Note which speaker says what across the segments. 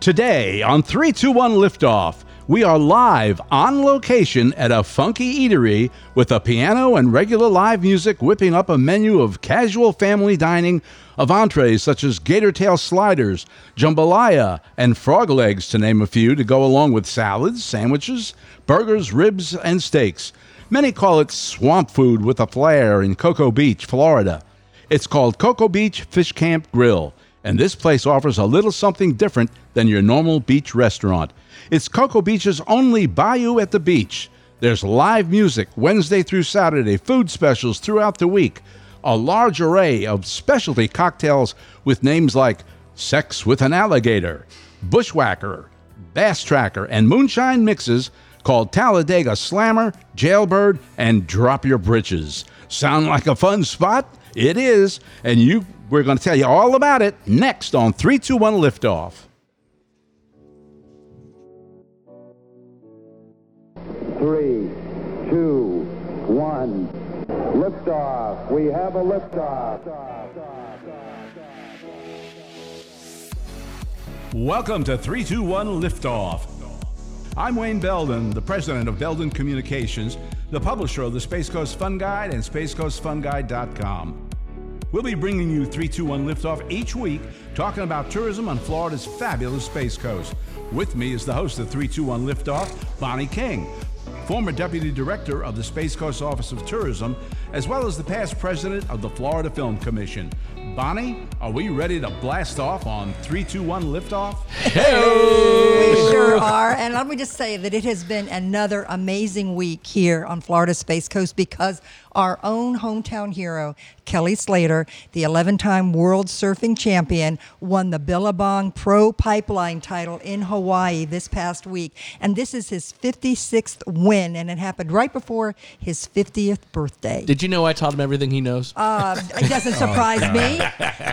Speaker 1: Today on 321 Liftoff, we are live on location at a funky eatery with a piano and regular live music whipping up a menu of casual family dining of entrees such as gator tail sliders, jambalaya, and frog legs, to name a few, to go along with salads, sandwiches, burgers, ribs, and steaks. Many call it swamp food with a flair in Cocoa Beach, Florida. It's called Cocoa Beach Fish Camp Grill, and this place offers a little something different than your normal beach restaurant. It's Cocoa Beach's only bayou at the beach. There's live music Wednesday through Saturday, food specials throughout the week, a large array of specialty cocktails with names like Sex with an Alligator, Bushwhacker, Bass Tracker, and Moonshine mixes called Talladega Slammer, Jailbird, and Drop Your Britches. Sound like a fun spot? It is, and you we're going to tell you all about it next on 321 Liftoff.
Speaker 2: Three, two, one. Liftoff. We have a liftoff.
Speaker 1: Welcome to 321 Liftoff. I'm Wayne Belden, the president of Belden Communications, the publisher of the Space Coast Fun Guide and spacecoastfunguide.com. We'll be bringing you 321 Liftoff each week, talking about tourism on Florida's fabulous Space Coast. With me is the host of 321 Liftoff, Bonnie King, former deputy director of the Space Coast Office of Tourism, as well as the past president of the Florida Film Commission. Bonnie, are we ready to blast off on 321 Liftoff?
Speaker 3: We sure are. And let me just say that it has been another amazing week here on Florida Space Coast because our own hometown hero, Kelly Slater, the 11 time world surfing champion, won the Billabong Pro Pipeline title in Hawaii this past week. And this is his 56th win, and it happened right before his 50th birthday.
Speaker 4: Did you know I taught him everything he knows?
Speaker 3: Uh, it doesn't
Speaker 4: Oh,
Speaker 3: surprise me.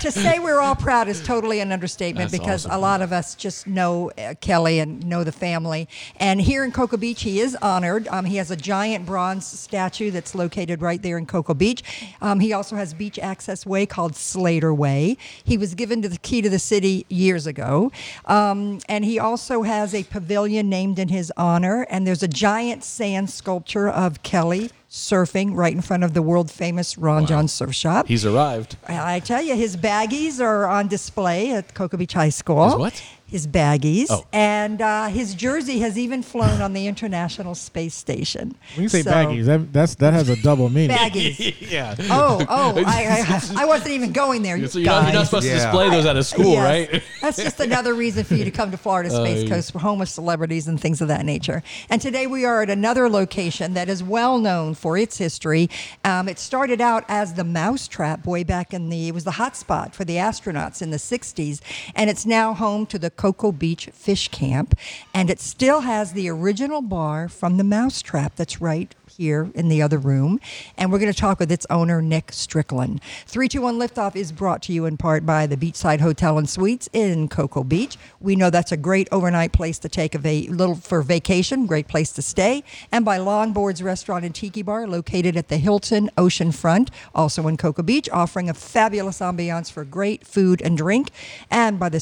Speaker 3: to say we're all proud is totally an understatement
Speaker 4: That's
Speaker 3: because a
Speaker 4: awesome.
Speaker 3: lot of us just know uh, Kelly and know the family. And here in Cocoa Beach, he is honored. Um, he has a giant bronze statue that's located right there in Cocoa Beach. Um, he also has beach access way called Slater Way. He was given to the key to the city years ago. Um, and he also has a pavilion named in his honor. And there's a giant sand sculpture of Kelly surfing right in front of the world famous Ron John Surf Shop.
Speaker 4: He's arrived.
Speaker 3: I tell you, his baggies are on display at Cocoa Beach High School.
Speaker 4: His what?
Speaker 3: His baggies.
Speaker 4: Oh.
Speaker 3: And uh, his jersey has even flown on the International Space Station.
Speaker 5: When you say
Speaker 3: So-
Speaker 5: baggies, that, that's, that has a double meaning.
Speaker 3: Baggies.
Speaker 4: Yeah.
Speaker 3: Oh, oh, I, I, I wasn't even going there. You
Speaker 4: So you're not, you're not
Speaker 3: guys.
Speaker 4: supposed
Speaker 1: Yeah.
Speaker 4: to display those out of school,
Speaker 3: Yes.
Speaker 4: right? Oh,
Speaker 3: That's just another reason for you to come to Florida Space Coast, home of celebrities and things of that nature. And today we are at another location that is well known for its history. Um, it started out as the Mousetrap way back in the, it was the hotspot for the astronauts in the 60s. And it's now home to the Cocoa Beach Fish Camp. And it still has the original bar from the Mousetrap that's right here in the other room. And we're going to talk with its owner, Nick Strickland. 321 Liftoff is brought to you in part by the Beachside Hotel and Suites in Cocoa Beach. We know that's a great overnight place to take a va- little for vacation, great place to stay. And by Longboards Restaurant and Tiki Bar, located at the Hilton Oceanfront, also in Cocoa Beach, offering a fabulous ambiance for great food and drink. And by the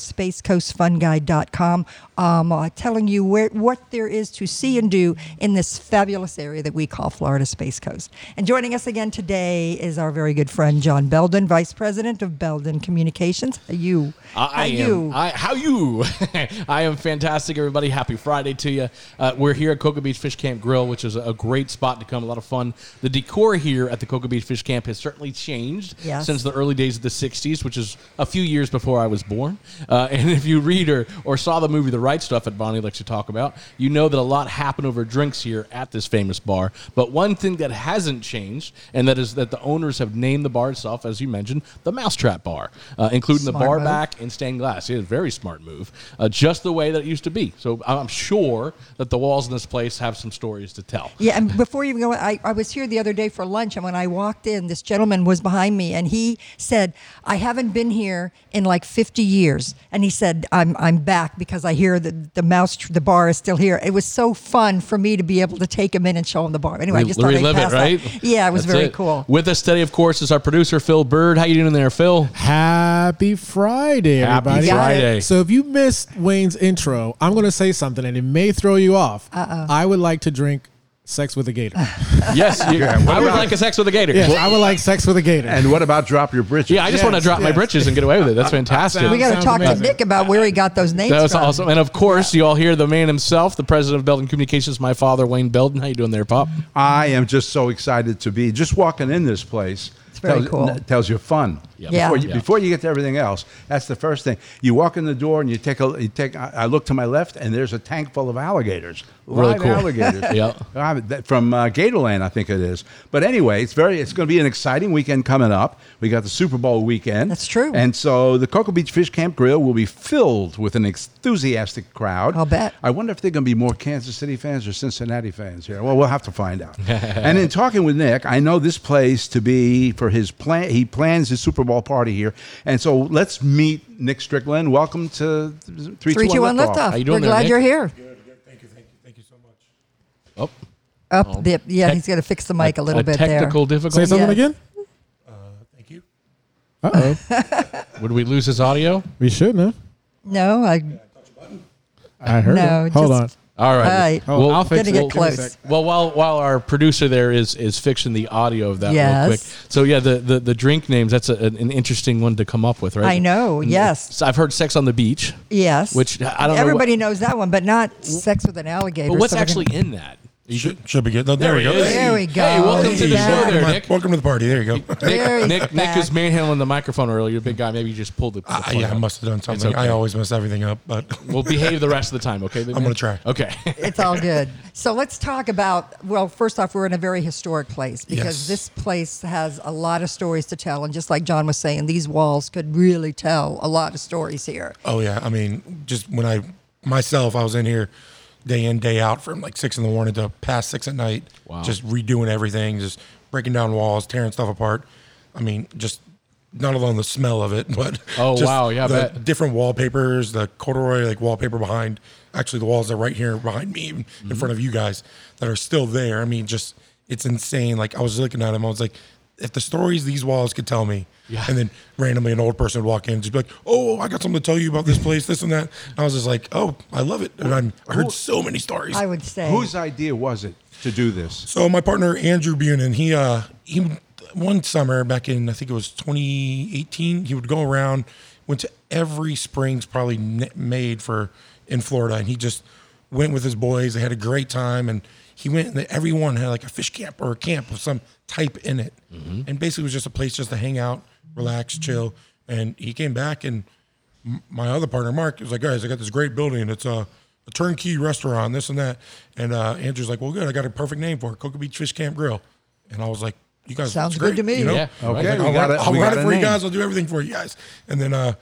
Speaker 3: SpaceCoastFunGuide.com, um, uh, telling you where what there is to see and do in this fabulous area that we call Florida Space Coast. And joining us again today is our very good friend John Belden, Vice President of Belden Communications. How you?
Speaker 4: I, I
Speaker 3: How
Speaker 4: am.
Speaker 3: you?
Speaker 4: I, how you? I am fantastic, everybody. Happy Friday to you. Uh, we're here at Cocoa Beach Fish Camp Grill, which is a great spot to come. A lot of fun. The decor here at the Cocoa Beach Fish Camp has certainly changed
Speaker 3: Yes.
Speaker 4: since the early days of the '60s, which is a few years before I was born. Uh, and if you read or, or saw the movie The Right Stuff that Bonnie likes to talk about, you know that a lot happened over drinks here at this famous bar. But one thing that hasn't changed, and that is that the owners have named the bar itself, as you mentioned, the Mousetrap Bar, uh, including
Speaker 3: Smart
Speaker 4: the bar
Speaker 3: move.
Speaker 4: back and stained glass. It is a very smart move, uh, just the way that it used to be. So I'm sure that the walls in this place have some stories to tell.
Speaker 3: Yeah, and before you even go, I, I was here the other day for lunch, and when I walked in, this gentleman was behind me, and he said, "I haven't been here in like 50 years," and he said, "I'm I'm back because I hear that the mouse the bar is still here." It was so fun for me to be able to take him in and show him the bar storm. Anyway, I just thought I'd
Speaker 4: relive it,
Speaker 3: pass that.
Speaker 4: right?
Speaker 3: Yeah, it was
Speaker 4: That's
Speaker 3: very cool.
Speaker 4: With us today, of course, is our producer Phil Bird. How you doing there, Phil?
Speaker 5: Happy Friday,
Speaker 4: Happy
Speaker 5: everybody.
Speaker 3: Got it.
Speaker 4: Friday.
Speaker 5: So if you missed Wayne's intro, I'm going to say something and it may throw you off. Uh-oh. I would like to drink sex with a gator.
Speaker 4: Yes, you, I would
Speaker 1: about-
Speaker 4: like a sex with a gator.
Speaker 5: yes, I would like sex with a gator.
Speaker 1: And what about drop your britches?
Speaker 4: yeah, I just want to
Speaker 5: Yes,
Speaker 4: drop my
Speaker 5: yes.
Speaker 4: britches and get away with it. That's fantastic.
Speaker 5: Sounds-
Speaker 3: We got to
Speaker 5: Sounds
Speaker 3: talk to
Speaker 5: amazing.
Speaker 3: Nick about where he got those names
Speaker 4: that was
Speaker 3: from.
Speaker 4: awesome. And of course, you all hear the man himself, the president of Belden Communications, my father, Wayne Belden. How you doing there, Pop?
Speaker 1: I am just so excited to be just walking in this place.
Speaker 3: It's very
Speaker 1: tells,
Speaker 3: cool.
Speaker 1: n- Tells you fun.
Speaker 3: Yeah.
Speaker 1: Before you,
Speaker 4: Yeah.
Speaker 1: before you get to everything else, that's the first thing. You walk in the door and you take a you take. I I look to my left and there's a tank full of alligators.
Speaker 4: Really
Speaker 1: Live
Speaker 4: cool.
Speaker 1: Alligators.
Speaker 4: Yeah.
Speaker 1: Uh, that- From uh, Gatorland, I think it is. But anyway, it's very. It's going to be an exciting weekend coming up. We got the Super Bowl weekend.
Speaker 3: That's true.
Speaker 1: And so the Cocoa Beach Fish Camp Grill will be filled with an enthusiastic crowd.
Speaker 3: I'll bet.
Speaker 1: I wonder if they're going to be more Kansas City fans or Cincinnati fans here. Well, we'll have to find out. and in talking with Nick, I know this place to be for his plan. He plans his Super Bowl party here, and so let's meet Nick Strickland. Welcome to three,
Speaker 3: Three, two, one, liftoff.
Speaker 4: How you doing
Speaker 3: We're
Speaker 4: there,
Speaker 3: glad
Speaker 4: Nick?
Speaker 3: you're here.
Speaker 4: Oh,
Speaker 3: Up the yeah, he's got to fix the mic a little bit
Speaker 4: technical
Speaker 5: say
Speaker 4: difficulty.
Speaker 5: something
Speaker 3: Yeah.
Speaker 5: again?
Speaker 6: Thank you.
Speaker 5: Uh oh.
Speaker 4: Would we lose his audio?
Speaker 5: we shouldn't have.
Speaker 3: there. No, I
Speaker 5: I heard
Speaker 3: No,
Speaker 5: it. Hold
Speaker 3: just-
Speaker 4: All right.
Speaker 3: Right. Oh,
Speaker 5: I'll
Speaker 3: fix Gotta it. get
Speaker 4: we'll-
Speaker 3: close.
Speaker 4: Well, while while our producer there is is fixing the audio of that
Speaker 3: Yes.
Speaker 4: real quick. So yeah, the the, the drink names that's a, an interesting one to come up with, right? Mm-hmm.
Speaker 3: I know. Yes,
Speaker 4: So I've heard sex on the beach.
Speaker 3: yes.
Speaker 4: Which I don't know
Speaker 3: Everybody knows that one, but not sex with an alligator.
Speaker 4: But what's
Speaker 3: so we're gonna-
Speaker 4: actually in that? You
Speaker 6: Should, should be good. No, there, we go.
Speaker 4: he is.
Speaker 3: There we go.
Speaker 4: Hey, welcome
Speaker 3: Look
Speaker 4: to
Speaker 3: at
Speaker 4: the
Speaker 3: that.
Speaker 4: show there,
Speaker 6: My-
Speaker 4: Nick.
Speaker 6: Welcome to the party. There you go.
Speaker 3: There he's
Speaker 4: Nick, Nick, Nick
Speaker 3: back.
Speaker 4: was manhandling the microphone earlier. Big guy, maybe you just pulled it.
Speaker 6: I, Uh, yeah, I must have done something.
Speaker 4: okay.
Speaker 6: I always mess everything up, but
Speaker 4: We'll behave the rest of the time, okay? I'm
Speaker 6: gonna try.
Speaker 4: Okay.
Speaker 3: It's all good. So let's talk about. Well, first off, we're in a very historic place because
Speaker 6: Yes.
Speaker 3: this place has a lot of stories to tell, and just like John was saying, these walls could really tell a lot of stories here.
Speaker 6: oh yeah, I mean, just when I myself, I was in here day in day out from like six in the morning to past six at night.
Speaker 4: Wow.
Speaker 6: Just redoing everything, just breaking down walls, tearing stuff apart. I mean, just not alone the smell of it, but
Speaker 4: Oh,
Speaker 6: just
Speaker 4: wow, yeah, I
Speaker 6: the
Speaker 4: bet.
Speaker 6: different wallpapers, the corduroy like wallpaper behind. Actually, the walls are right here behind me, in front of you guys, that are still there. I mean, just it's insane. Like I was looking at them, I was like, if the stories these walls could tell me,
Speaker 4: Yeah.
Speaker 6: and then randomly an old person would walk in and just be like, "Oh, I got something to tell you about this place, this and that." And I was just like, "Oh, I love it," and I'm, I heard so many stories.
Speaker 3: I would say.
Speaker 1: Whose idea was it to do this?
Speaker 6: So my partner Andrew Bunin, he uh he one summer back in I think it was 2018, he would go around, went to every springs probably n- made for in Florida, and he just went with his boys. They had a great time, and he went and everyone had like a fish camp or a camp with some type in it, and basically it was just a place just to hang out, relax, chill. And he came back and my other partner Mark was like, guys, I got this great building. It's a, a turnkey restaurant, this and that. And uh, Andrew's like, well, good. I got a perfect name for it, Cocoa Beach Fish Camp Grill. And I was like, you guys,
Speaker 3: Sounds
Speaker 6: it's
Speaker 3: good
Speaker 6: great,
Speaker 3: to me.
Speaker 6: You know?
Speaker 4: Yeah.
Speaker 6: I was
Speaker 1: Okay,
Speaker 6: like,
Speaker 1: we
Speaker 6: I'll,
Speaker 1: got
Speaker 6: run,
Speaker 1: a-
Speaker 6: I'll
Speaker 1: we
Speaker 6: run
Speaker 1: got
Speaker 6: it
Speaker 1: a
Speaker 6: for you
Speaker 1: name.
Speaker 6: guys. I'll do everything for you guys. And then uh,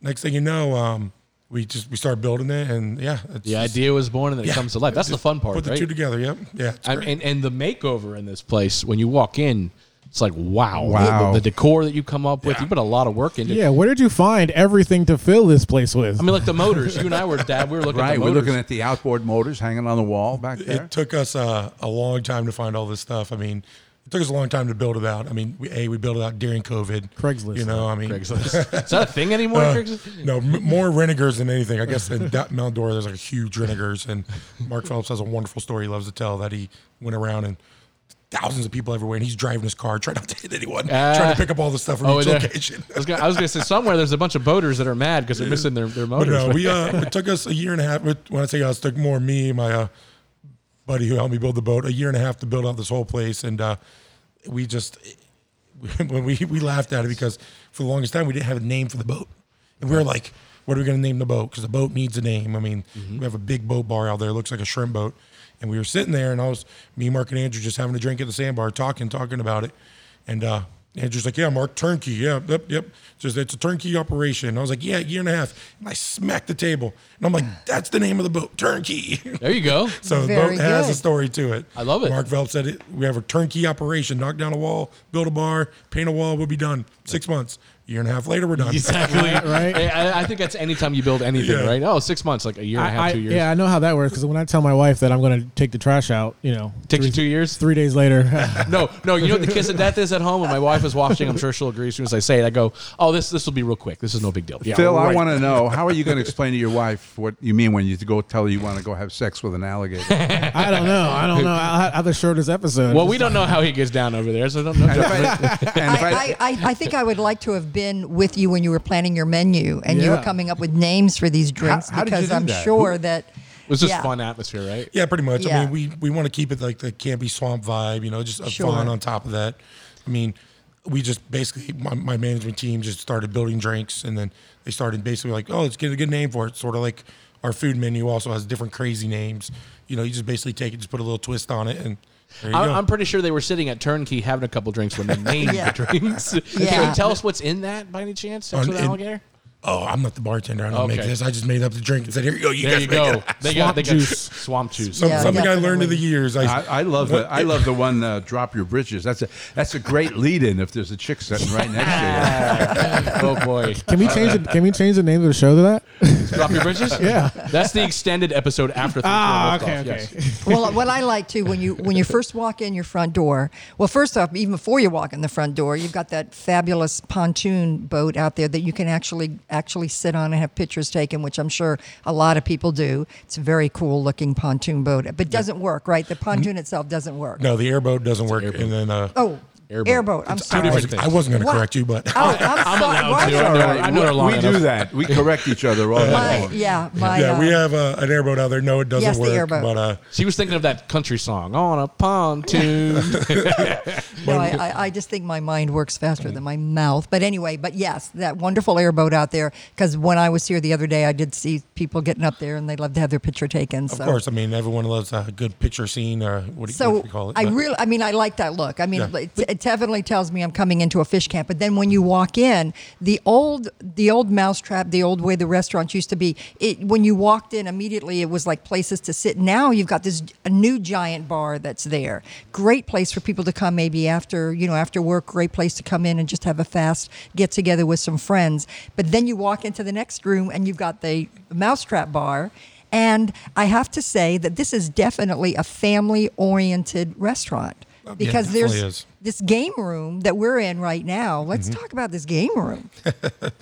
Speaker 6: next thing you know, um, we just we started building it, and yeah, it's
Speaker 4: the
Speaker 6: just-
Speaker 4: idea was born and then it
Speaker 6: yeah.
Speaker 4: comes to life. That's the fun part,
Speaker 6: Put the
Speaker 4: right?
Speaker 6: two together. Yep. Yeah. it's
Speaker 4: I,
Speaker 6: great.
Speaker 4: and, and the makeover in this place, when you walk in, it's like, wow.
Speaker 1: Wow.
Speaker 4: The, the decor that you come up with, you put a lot of work into
Speaker 5: Yeah, where did you find everything to fill this place with?
Speaker 4: I mean, like the motors. You and I were, Dad, we were looking at
Speaker 1: Right,
Speaker 4: the
Speaker 1: we're
Speaker 4: motors.
Speaker 1: looking at the outboard motors hanging on the wall back there.
Speaker 6: it took us uh, a long time to find all this stuff. I mean, it took us a long time to build it out. I mean, we, a we built it out during COVID.
Speaker 5: Craigslist.
Speaker 6: You know, I mean,
Speaker 4: Craigslist. Is that a thing anymore,
Speaker 6: Uh,
Speaker 4: Craigslist?
Speaker 6: no, m- more renegades than anything. I guess in that Mount Dora, there's like a huge renegades, and Mark Phelps has a wonderful story he loves to tell that he went around and thousands of people everywhere, and he's driving his car, trying not to hit anyone, trying
Speaker 4: Ah.
Speaker 6: to pick up all the stuff from
Speaker 4: Oh,
Speaker 6: each
Speaker 4: there-
Speaker 6: location.
Speaker 4: I was gonna, I was gonna say somewhere there's a bunch of boaters that are mad because they're missing their, their
Speaker 6: But
Speaker 4: motors.
Speaker 6: no, we uh, it took us a year and a half. it- When I say us, it took more me, and my uh, buddy who helped me build the boat, a year and a half to build out this whole place, and uh, we just when we we laughed at it because for the longest time we didn't have a name for the boat, and we were like, "What are we going to name the boat?" Because the boat needs a name. I mean, we have a big boat bar out there; it looks like a shrimp boat, and we were sitting there, and I was me, Mark, and Andrew just having a drink at the sandbar, talking, talking about it, and uh, Andrew's like, "Yeah, Mark, turnkey, yeah, yep, yep." Just it's a turnkey operation. And I was like, "Yeah, year and a half," and I smacked the table, and I'm like, "That's the name of the boat, turnkey."
Speaker 4: there you go.
Speaker 6: So the boat
Speaker 3: Very
Speaker 6: has
Speaker 3: good.
Speaker 6: a story to it.
Speaker 4: I love it.
Speaker 6: Mark Phelps said it. We have a turnkey operation: knock down a wall, build a bar, paint a wall. We'll be done. Six months. year and a half later, we're done.
Speaker 4: Exactly.
Speaker 5: Right.
Speaker 4: I- I, I think that's anytime you build anything,
Speaker 6: Yeah.
Speaker 4: right? Oh, six months, like a year and a half,
Speaker 5: I, I-
Speaker 4: two years.
Speaker 5: yeah, I know how that works because when I tell my wife that I'm going to take the trash out, you know,
Speaker 4: Takes
Speaker 5: three,
Speaker 4: you two years?
Speaker 5: three days later,
Speaker 4: No, no. You know what the kiss of death is at home, and my wife is watching. I'm sure she'll agree as soon as I say it. I go, "Oh, this this will be real quick. This is no big deal." Yeah,
Speaker 1: Phil, I want to know how are you going to explain to your wife what you mean when you go tell her you want to go have sex with an alligator?
Speaker 5: I don't know. I don't know. I'll have- I'll have to short this episode.
Speaker 4: Well, we don't know how he gets down over there, so I don't know.
Speaker 1: And if I, and if I-
Speaker 3: I, I, I, I think I would like to have been with you when you were planning your menu and you
Speaker 5: Yeah.
Speaker 3: were coming up with names for these drinks
Speaker 1: how did you
Speaker 3: because
Speaker 1: do
Speaker 3: I'm
Speaker 1: that?
Speaker 3: sure that
Speaker 4: It was just
Speaker 3: yeah.
Speaker 4: fun atmosphere, right?
Speaker 6: Yeah, pretty much. I
Speaker 3: Yeah.
Speaker 6: mean, we we want to keep it like the campy swamp vibe, you know, just a
Speaker 3: Sure.
Speaker 6: fun on top of that. I mean, we just basically my, my management team just started building drinks, and then they started basically like, oh, let's get a good name for it. Sort of like our food menu also has different crazy names. You know, you just basically take it, just put a little twist on it, and there you
Speaker 4: I,
Speaker 6: go.
Speaker 4: I'm pretty sure they were sitting at Turnkey having a couple drinks when they named
Speaker 3: Yeah.
Speaker 4: the drinks.
Speaker 3: Yeah.
Speaker 4: So tell us what's in that by any chance? Sex
Speaker 6: On-
Speaker 4: with
Speaker 6: in-
Speaker 4: alligator?
Speaker 6: oh, I'm not the bartender. I don't make
Speaker 4: Okay.
Speaker 6: this. I just made up the drink and said, here you go. You
Speaker 4: There
Speaker 6: guys
Speaker 4: you
Speaker 6: make
Speaker 4: go.
Speaker 6: it.
Speaker 4: They got, they got
Speaker 5: juice.
Speaker 4: swamp juice.
Speaker 6: Some-
Speaker 3: Yeah,
Speaker 6: something I learned in the
Speaker 3: definitely.
Speaker 6: years. I,
Speaker 1: I, I love the I love the one uh, drop your britches. That's a that's a great lead in if there's a chick sitting right next to you.
Speaker 4: oh boy.
Speaker 5: Can we change it? Can we change the name of the show to that?
Speaker 4: Drop your bridges?
Speaker 5: Yeah.
Speaker 4: That's the extended episode after three.
Speaker 5: Ah,
Speaker 4: Four Wolf
Speaker 5: okay,
Speaker 4: Dogs,
Speaker 5: okay.
Speaker 4: yes.
Speaker 3: well, what I like too when you when you first walk in your front door. Well, first off, even before you walk in the front door, you've got that fabulous pontoon boat out there that you can actually actually sit on and have pictures taken, which I'm sure a lot of people do. It's a very cool looking pontoon boat, but it doesn't work, right? The pontoon itself doesn't work.
Speaker 6: no, the airboat doesn't work. And then uh,
Speaker 3: Oh,
Speaker 4: Airboat.
Speaker 3: airboat. I'm
Speaker 6: I,
Speaker 3: sorry.
Speaker 6: was, I wasn't going to
Speaker 3: What?
Speaker 6: correct you, but
Speaker 3: Oh, I'm, sorry.
Speaker 4: allowed to.
Speaker 3: Why-
Speaker 4: I know- I know they're long
Speaker 1: we, we do
Speaker 4: enough.
Speaker 1: that. We correct each other all the
Speaker 3: My,
Speaker 1: time.
Speaker 3: yeah, my.
Speaker 6: yeah,
Speaker 3: uh,
Speaker 6: we have uh, an airboat out there. No, it doesn't
Speaker 3: Yes, the
Speaker 6: work.
Speaker 3: airboat.
Speaker 6: But uh,
Speaker 4: She was thinking of that country song on a pontoon.
Speaker 3: No, I, I, I just think my mind works faster
Speaker 6: Mm.
Speaker 3: than my mouth. But anyway, but yes, that wonderful airboat out there. Because when I was here the other day, I did see people getting up there, and they love to have their picture taken.
Speaker 6: of
Speaker 3: so.
Speaker 6: course, I mean everyone loves a good picture scene. Or what do you,
Speaker 3: So
Speaker 6: what do you call it?
Speaker 3: I
Speaker 6: Uh,
Speaker 3: really, I mean, I like that look. I mean,
Speaker 6: Yeah.
Speaker 3: it, it definitely tells me I'm coming into a fish camp. But then when you walk in, the old, the old mousetrap, the old way the restaurants used to be. It when you walked in immediately, it was like places to sit. Now you've got this a new giant bar that's there. Great place for people to come, maybe after you know after work. Great place to come in and just have a fast get together with some friends. But then you walk into the next room and you've got the mousetrap bar. And I have to say that this is definitely a family oriented restaurant because there's
Speaker 6: definitely is. Mm-hmm.
Speaker 3: this game room that we're in right now. Let's talk about this game room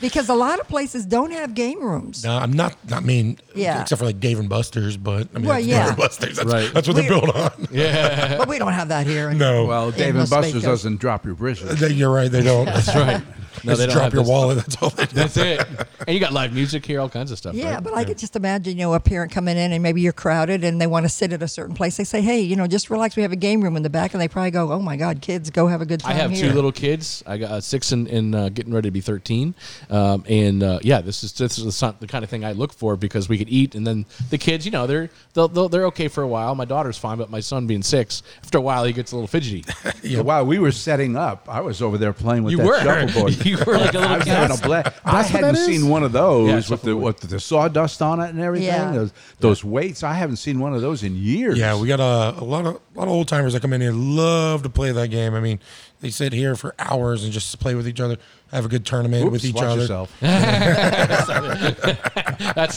Speaker 3: because a lot of places don't have game rooms.
Speaker 6: no, I'm not. I mean,
Speaker 3: Yeah.
Speaker 6: except for like Dave and Buster's, but I mean,
Speaker 3: Well,
Speaker 6: that's
Speaker 3: yeah.
Speaker 6: Dave and Buster's. That's,
Speaker 4: Right.
Speaker 6: that's what they're
Speaker 3: We're-
Speaker 6: built on.
Speaker 3: But we don't have that here.
Speaker 6: No,
Speaker 1: Well, Dave and
Speaker 3: Las
Speaker 1: Buster's
Speaker 3: Vegas.
Speaker 1: doesn't drop your britches.
Speaker 6: They- you're right. They don't. that's
Speaker 4: right. No, they don't
Speaker 6: drop
Speaker 4: have
Speaker 6: your
Speaker 4: this.
Speaker 6: wallet. That's all they do.
Speaker 4: That's it. And you got live music here, all kinds of stuff.
Speaker 3: Yeah,
Speaker 4: right?
Speaker 3: but I could just imagine, you know, a parent coming in and maybe you're crowded and they want to sit at a certain place. They say, hey, you know, just relax. We have a game room in the back. And they probably go, oh my God, kids, go have a good time.
Speaker 4: I have
Speaker 3: here.
Speaker 4: two little kids. I got uh, six and, and uh, getting ready to be thirteen. Um, and uh, yeah, this is this is the, son- the kind of thing I look for because we could eat, and then the kids, you know, they're they'll, they'll, they're okay for a while. My daughter's fine, but my son being six, after a while, he gets a little fidgety.
Speaker 1: So while we were setting up, I was over there playing with
Speaker 4: You
Speaker 1: that
Speaker 4: were.
Speaker 1: shuffleboard.
Speaker 4: You were like a little
Speaker 1: I was having a
Speaker 4: cat.
Speaker 1: blast. I
Speaker 5: what
Speaker 1: hadn't
Speaker 5: that is?
Speaker 1: seen one of those
Speaker 4: Yeah,
Speaker 1: with the
Speaker 4: shuffleboard.
Speaker 1: with the sawdust on it and everything.
Speaker 3: Yeah.
Speaker 1: Those, those weights, I haven't seen one of those in years.
Speaker 6: Yeah, we got a, a lot of a lot of old timers that come in here love to play that game. I mean, they sit here for hours and just play with each other, have a good tournament
Speaker 1: Oops,
Speaker 6: with each
Speaker 1: watch
Speaker 6: other.
Speaker 1: yourself.
Speaker 4: That's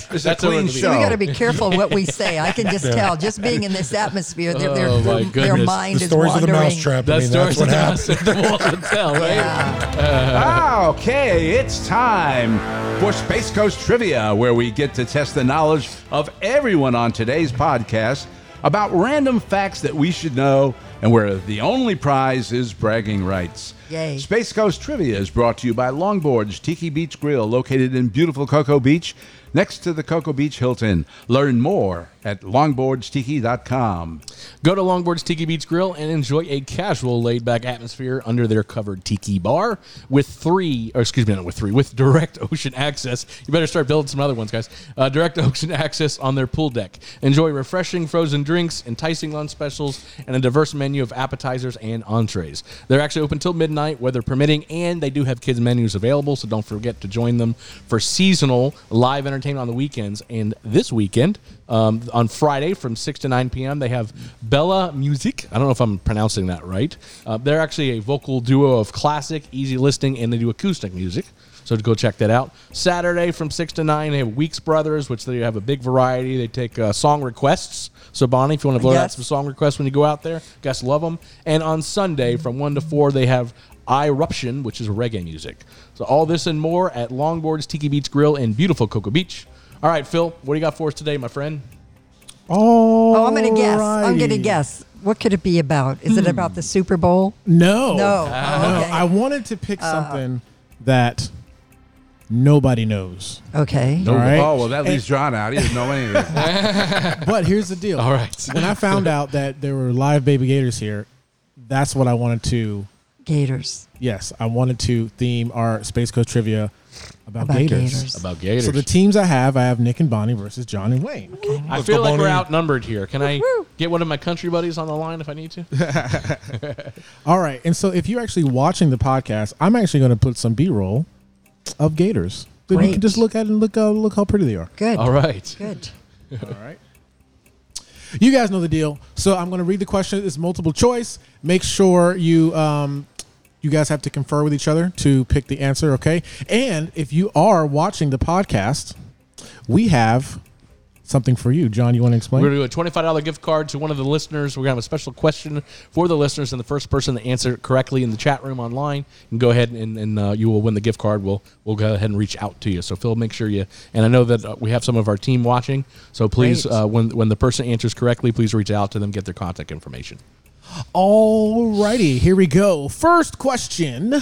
Speaker 1: a
Speaker 4: that's over
Speaker 1: clean
Speaker 4: the
Speaker 1: show.
Speaker 3: We got to be careful what we say. I can just tell, just being in this atmosphere, their, their,
Speaker 4: Oh, my
Speaker 3: their, their
Speaker 4: goodness.
Speaker 6: The
Speaker 3: mind is
Speaker 6: stories of the
Speaker 3: wandering.
Speaker 6: mousetrap. I
Speaker 4: That
Speaker 6: mean, that's
Speaker 4: story's
Speaker 6: what happened.
Speaker 4: the wall to tell, right?
Speaker 3: Yeah.
Speaker 1: Okay, it's time for Space Coast Trivia, where we get to test the knowledge of everyone on today's podcast about random facts that we should know, and where the only prize is bragging rights.
Speaker 3: Yay.
Speaker 1: Space Coast Trivia is brought to you by Longboard's Tiki Beach Grill, located in beautiful Cocoa Beach, next to the Cocoa Beach Hilton. Learn more at longboardstiki.com.
Speaker 4: Go to Longboard's Tiki Beach Grill and enjoy a casual, laid-back atmosphere under their covered tiki bar with three, or excuse me, not with three, with direct ocean access. You better start building some other ones, guys. Uh, direct ocean access on their pool deck. Enjoy refreshing frozen drinks, enticing lunch specials, and a diverse menu of appetizers and entrees. They're actually open till midnight, weather permitting, and they do have kids menus available. So don't forget to join them for seasonal live entertainment entertainment on the weekends. And this weekend, um, on Friday from 6 to 9 p.m., they have Bella Music. I don't know if I'm pronouncing that right. Uh, they're actually a vocal duo of classic, easy listening, and they do acoustic music. So go check that out. Saturday from 6 to 9, they have Weeks Brothers, which they have a big variety. They take uh, song requests. So, Bonnie, if you want to blow out
Speaker 3: Yes.
Speaker 4: some song requests when you go out there, guys love them. And on Sunday from 1 to 4, they have Irruption, which is reggae music. So, all this and more at Longboard's Tiki Beach Grill in beautiful Cocoa Beach. All right, Phil, what do you got for us today, my friend?
Speaker 5: Oh,
Speaker 3: Oh, I'm going to guess. I'm going to guess. What could it be about? Is it about the Super Bowl?
Speaker 5: No,
Speaker 3: No. Oh, okay. Uh.
Speaker 5: I wanted to pick something that nobody knows.
Speaker 3: Okay.
Speaker 1: Oh,
Speaker 5: All right.
Speaker 1: oh, well, that leaves John out. He doesn't know anything.
Speaker 5: But here's the deal.
Speaker 4: All right.
Speaker 5: when I found out that there were live baby gators here, that's what I wanted to.
Speaker 3: Gators.
Speaker 5: Yes, I wanted to theme our Space Coast trivia about,
Speaker 3: About
Speaker 5: gators.
Speaker 3: gators.
Speaker 4: About Gators.
Speaker 5: So the teams I have, I have Nick and Bonnie versus John and Wayne.
Speaker 4: I feel like we're
Speaker 6: Bonnie.
Speaker 4: outnumbered here. Can I
Speaker 3: Woo-hoo.
Speaker 4: get one of my country buddies on the line if I need to?
Speaker 5: All right, and so if you're actually watching the podcast, I'm actually going to put some B-roll of gators that you
Speaker 3: Great.
Speaker 5: can just look at and look uh, look how pretty they are.
Speaker 3: Good.
Speaker 4: All right.
Speaker 3: Good.
Speaker 5: All right. You guys know the deal. So I'm going to read the question. It's multiple choice. Make sure you um, you guys have to confer with each other to pick the answer. Okay. And if you are watching the podcast, we have something for you, John. You want to explain?
Speaker 4: We're going to do a twenty-five dollar gift card to one of the listeners. We're going to have a special question for the listeners, and the first person to answer it correctly in the chat room online, can go ahead and, and uh, you will win the gift card. We'll we'll go ahead and reach out to you. So Phil, make sure you. And I know that uh, we have some of our team watching, so please,
Speaker 3: Great.
Speaker 4: uh, when when the person answers correctly, please reach out to them, get their contact information.
Speaker 5: Alrighty, here we go. First question.